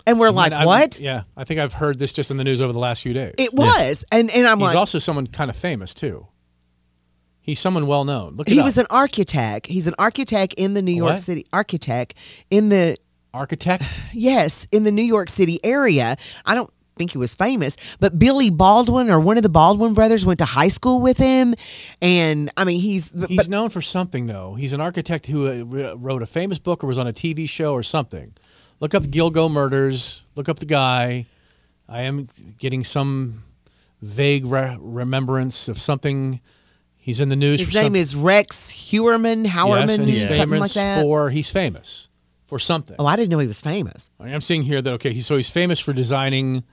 And we're And like, I've- "What?" Yeah, I think I've heard this just in the news over the last few days. It was. And and I'm He's like, also someone kind of famous too. He's someone well known. Look, it He up. was an architect. He's an architect in the New York What? City architect in the architect. yes, in the New York City area. I don't think he was famous, but Billy Baldwin or one of the Baldwin brothers went to high school with him and I mean he's but He's known for something though. He's an architect who uh, re- wrote a famous book or was on a TV show or something. Look up Gilgo murders. Look up the guy. I am getting some vague re- remembrance of something. He's in the news. his for name something. is Rex Hewerman, yes, Howerman, and he's something famous like that. for he's famous for something. oh, I didn't know he was famous. I mean, I'm seeing here that okay, he, so he's famous for designing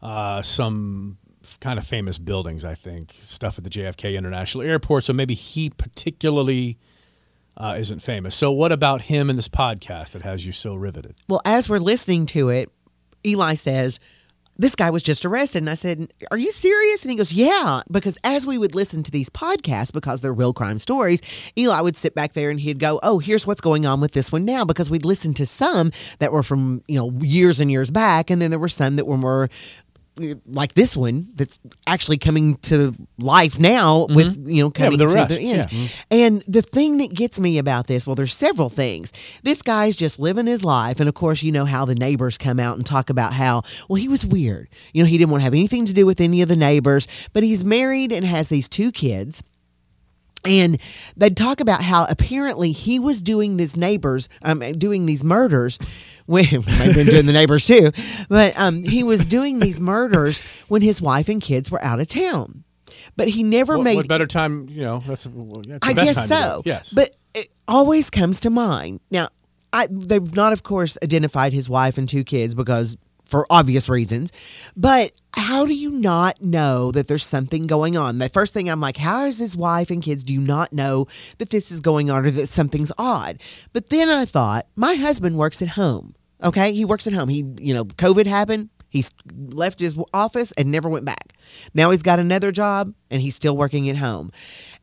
uh, some f- kind of famous buildings. I think stuff at the JFK International Airport. So maybe he particularly uh, isn't famous. So what about him in this podcast that has you so riveted? Well, as we're listening to it, Eli says, This guy was just arrested. And I said, Are you serious? And he goes, Yeah. Because as we would listen to these podcasts, because they're real crime stories, Eli would sit back there and he'd go, Oh, here's what's going on with this one now. Because we'd listen to some that were from, you know, years and years back. And then there were some that were more eh, like this one that's actually coming to life now with you know coming the to arrests, the end yeah. and the thing that gets me about this, well, there's several things. This guy's just living his life. And of course, you know how the neighbors come out and talk about how, well, he was weird. You know, he didn't want to have anything to do with any of the neighbors, but he's married and has these two kids. And they'd talk about how apparently he was doing these neighbors, um, doing these murders. When I've been doing the neighbors too, but um, he was doing these murders when his wife and kids were out of town. But he never What, made what better time? You know, that's, well, that's the I best guess time to do so. it. Yes, But it always comes to mind. Now, I, they've not, of course, identified his wife and two kids because for obvious reasons. But how do you not know that there's something going on? The first thing I'm like, how is his wife and kids do you not know that this is going on or that something's odd? But then I thought, my husband works at home. Okay, he works at home. He, you know, COVID happened. He's left his office and never went back. Now he's got another job and he's still working at home.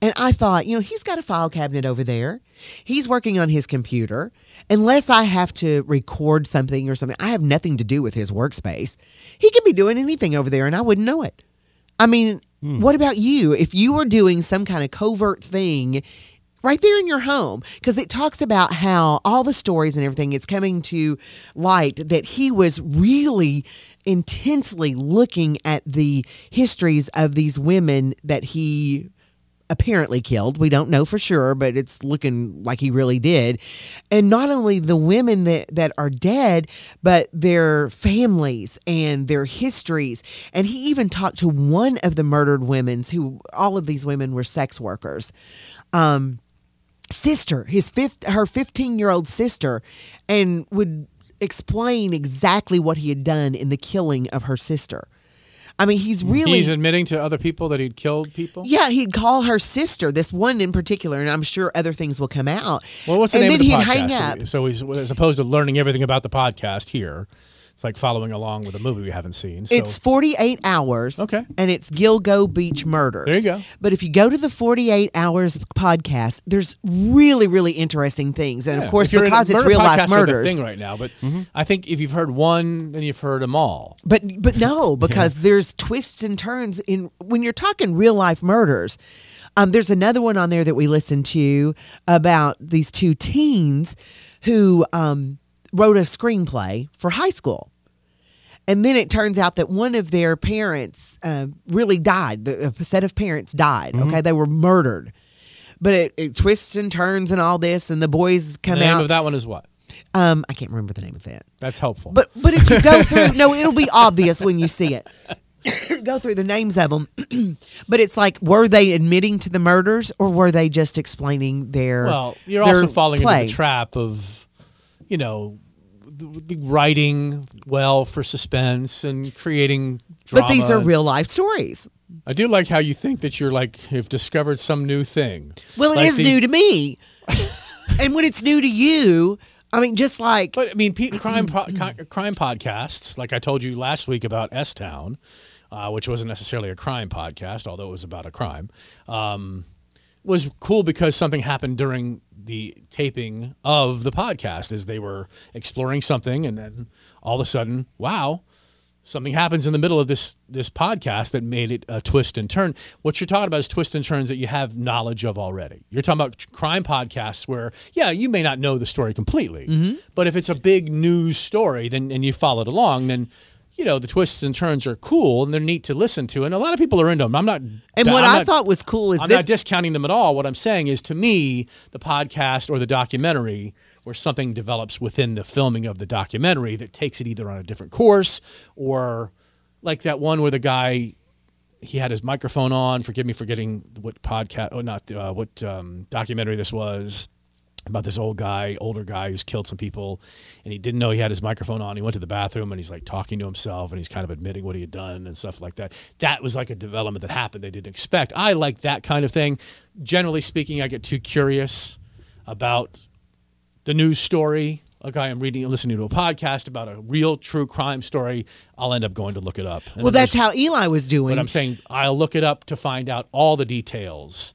And I thought, you know, he's got a file cabinet over there. He's working on his computer. Unless I have to record something or something, I have nothing to do with his workspace. He could be doing anything over there and I wouldn't know it. I mean, what about you? If you were doing some kind of covert thing right there in your home because it talks about how all the stories and everything it's coming to light that he was really intensely looking at the histories of these women that he apparently killed. We don't know for sure, but it's looking like he really did. And not only the women that, that are dead, but their families and their histories. And he even talked to one of the murdered women's who all of these women were sex workers. Um, sister, his fifth her 15 year old sister, and would explain exactly what he had done in the killing of her sister. I mean, he's really He's admitting to other people that he'd killed people. yeah, he'd call her sister, this one in particular, and I'm sure other things will come out. Well, what's the and name then of the he'd podcast? hang up. So, we- so he's, as opposed to learning everything about the podcast here, it's like following along with a movie we haven't seen. So. It's 48 hours. Okay. And it's Gilgo Beach Murders. There you go. But if you go to the 48 Hours podcast, there's really, really interesting things. And Yeah, of course, if you're in- because it's murder real life podcasts are the murders. Mm-hmm. thing right now, but I think if you've heard one, then you've heard them all. But but no, because there's twists and turns in when you're talking real life murders. Um, there's another one on there that we listened to about these two teens who um, wrote a screenplay for high school. And then it turns out that one of their parents uh, really died. The a set of parents died. Mm-hmm. Okay, they were murdered. But it, it twists and turns and all this, and the boys The come name out. of that one is what? um, I can't remember the name of that. That's helpful. But but if you go through, no, it'll be obvious when you see it. go through the names of them, but it's like, were they admitting to the murders or were they just explaining their? well, you're their also falling play? into the trap of, you know, the, the writing well for suspense and creating. Drama. But these are real life stories. I do like how you think that you're like have discovered some new thing. Well, it is Like the- new to me, and when it's new to you, I mean, just like. But I mean, pe- crime po- co- crime podcasts, like I told you last week about S Town, uh, which wasn't necessarily a crime podcast, although it was about a crime, um, was cool because something happened during the taping of the podcast as they were exploring something, and then all of a sudden, wow. Something happens in the middle of this this podcast that made it a twist and turn. What you're talking about is twists and turns that you have knowledge of already. You're talking about crime podcasts where, yeah, you may not know the story completely, Mm-hmm. but if it's a big news story, then and you followed along, then you know the twists and turns are cool and they're neat to listen to, and a lot of people are into them. I'm not. And what I'm I not- thought was cool is I'm that not discounting them at all. What I'm saying is, to me, the podcast or the documentary, where something develops within the filming of the documentary that takes it either on a different course or like that one where the guy he had his microphone on. Forgive me for getting what podcast or not uh, what um, documentary this was about this old guy, older guy who's killed some people, and he didn't know he had his microphone on. He went to the bathroom and he's like talking to himself and he's kind of admitting what he had done and stuff like that. That was like a development that happened they didn't expect. I like that kind of thing. Generally speaking, I get too curious about the news story. Like I am reading and listening to a podcast about a real true crime story, I'll end up going to look it up. And well, then there's- that's how Eli was doing. but I'm saying I'll look it up to find out all the details,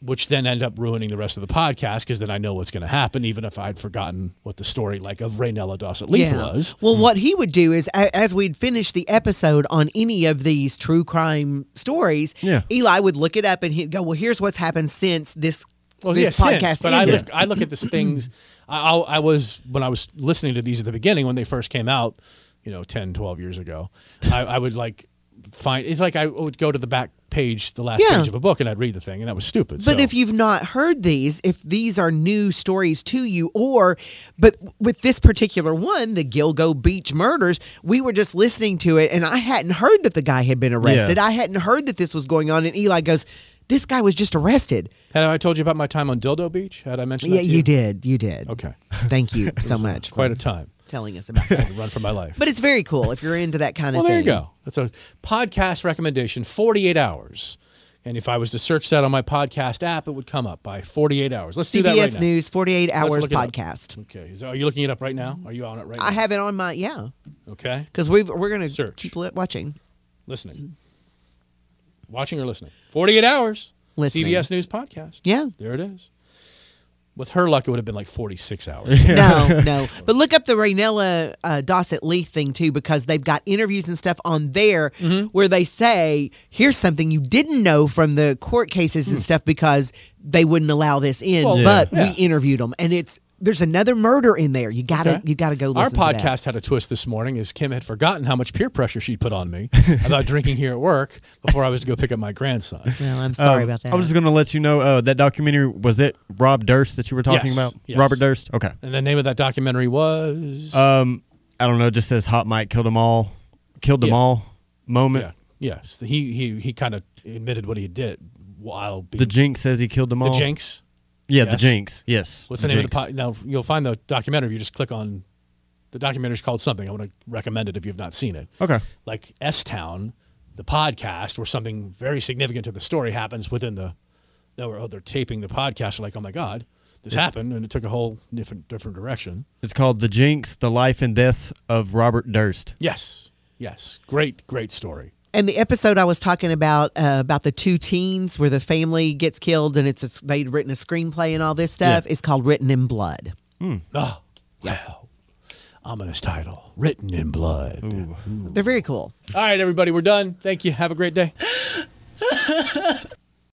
which then end up ruining the rest of the podcast because then I know what's going to happen, even if I'd forgotten what the story like of Raynella Dawson Leaf was. Hmm. Well, what he would do is, a- as we'd finish the episode on any of these true crime stories, Yeah. Eli would look it up and he'd go, "Well, here's what's happened since this Well, this yeah, podcast since, but I ended." look, I look at these things. I, I I was when I was listening to these at the beginning when they first came out, you know, 10, 12 years ago. I, I would like find it's like I would go to the back page, the last Yeah. page of a book, and I'd read the thing, and that was stupid. But so. if you've not heard these, if these are new stories to you, or but with this particular one, the Gilgo Beach murders, we were just listening to it, and I hadn't heard that the guy had been arrested. I hadn't heard that this was going on, and Eli goes, "This guy was just arrested." had I told you about my time on Dildo Beach, had I mentioned Yeah, that to you? you did. You did. Okay. Thank you was, so uh, much. quite a time. telling us about that. run for my life. But it's very cool if you're into that kind of well, there thing. you go. That's a podcast recommendation, 48 hours. And if I was to search that on my podcast app, it would come up by 48 hours. Let's CBS do that right now. News 48 Let's Hours look it up. podcast. Okay. Is, are you looking it up right now? Are you on it right I now? have it on my yeah Okay. because we we're gonna keep li- watching. Listening. Watching or listening? 48 hours. Listening. CBS News podcast. Yeah. There it is. With her luck, it would have been like 46 hours. no, no. But look up the Raynella uh, Dossett Lee thing too, because they've got interviews and stuff on there Mm-hmm. where they say, "Here's something you didn't know from the court cases and stuff," because they wouldn't allow this in. Hmm. Well, but yeah. we interviewed them, and it's there's another murder in there. You gotta, Okay. you gotta go. Our Listen to that. podcast had a twist this morning as Kim had forgotten how much peer pressure she'd put on me about drinking here at work before I was to go pick up my grandson. Well, I'm sorry Um, about that. I was just going to let you know uh, that documentary was it Rob Durst that you were talking Yes, about? yes. Robert Durst. Okay. And the name of that documentary was Um, I don't know. It just says Hot Mike killed them all. Killed them Yeah. all. Moment. Yeah. Yes. He he he kind of admitted what he did while being The Jinx says he killed them the all. Jinx. Yeah, the Yes. Jinx. Yes. What's the, name Jinx. of the po- now? You'll find the documentary. You just click on the documentary's called something. I want to recommend it if you've not seen it. Okay. Like S Town, the podcast, where something very significant to the story happens within the. They were oh, they're taping the podcast. Like oh my god, this happened, and it took a whole different different direction. It's called The Jinx: The Life and Death of Robert Durst. Yes. Yes. Great great story. And the episode I was talking about uh, about the two teens where the family gets killed and it's a, they'd written a screenplay and all this stuff is called Written in Blood. Oh wow. Ominous title, written in blood. They're very cool. All right, everybody, we're done. Thank you. Have a great day.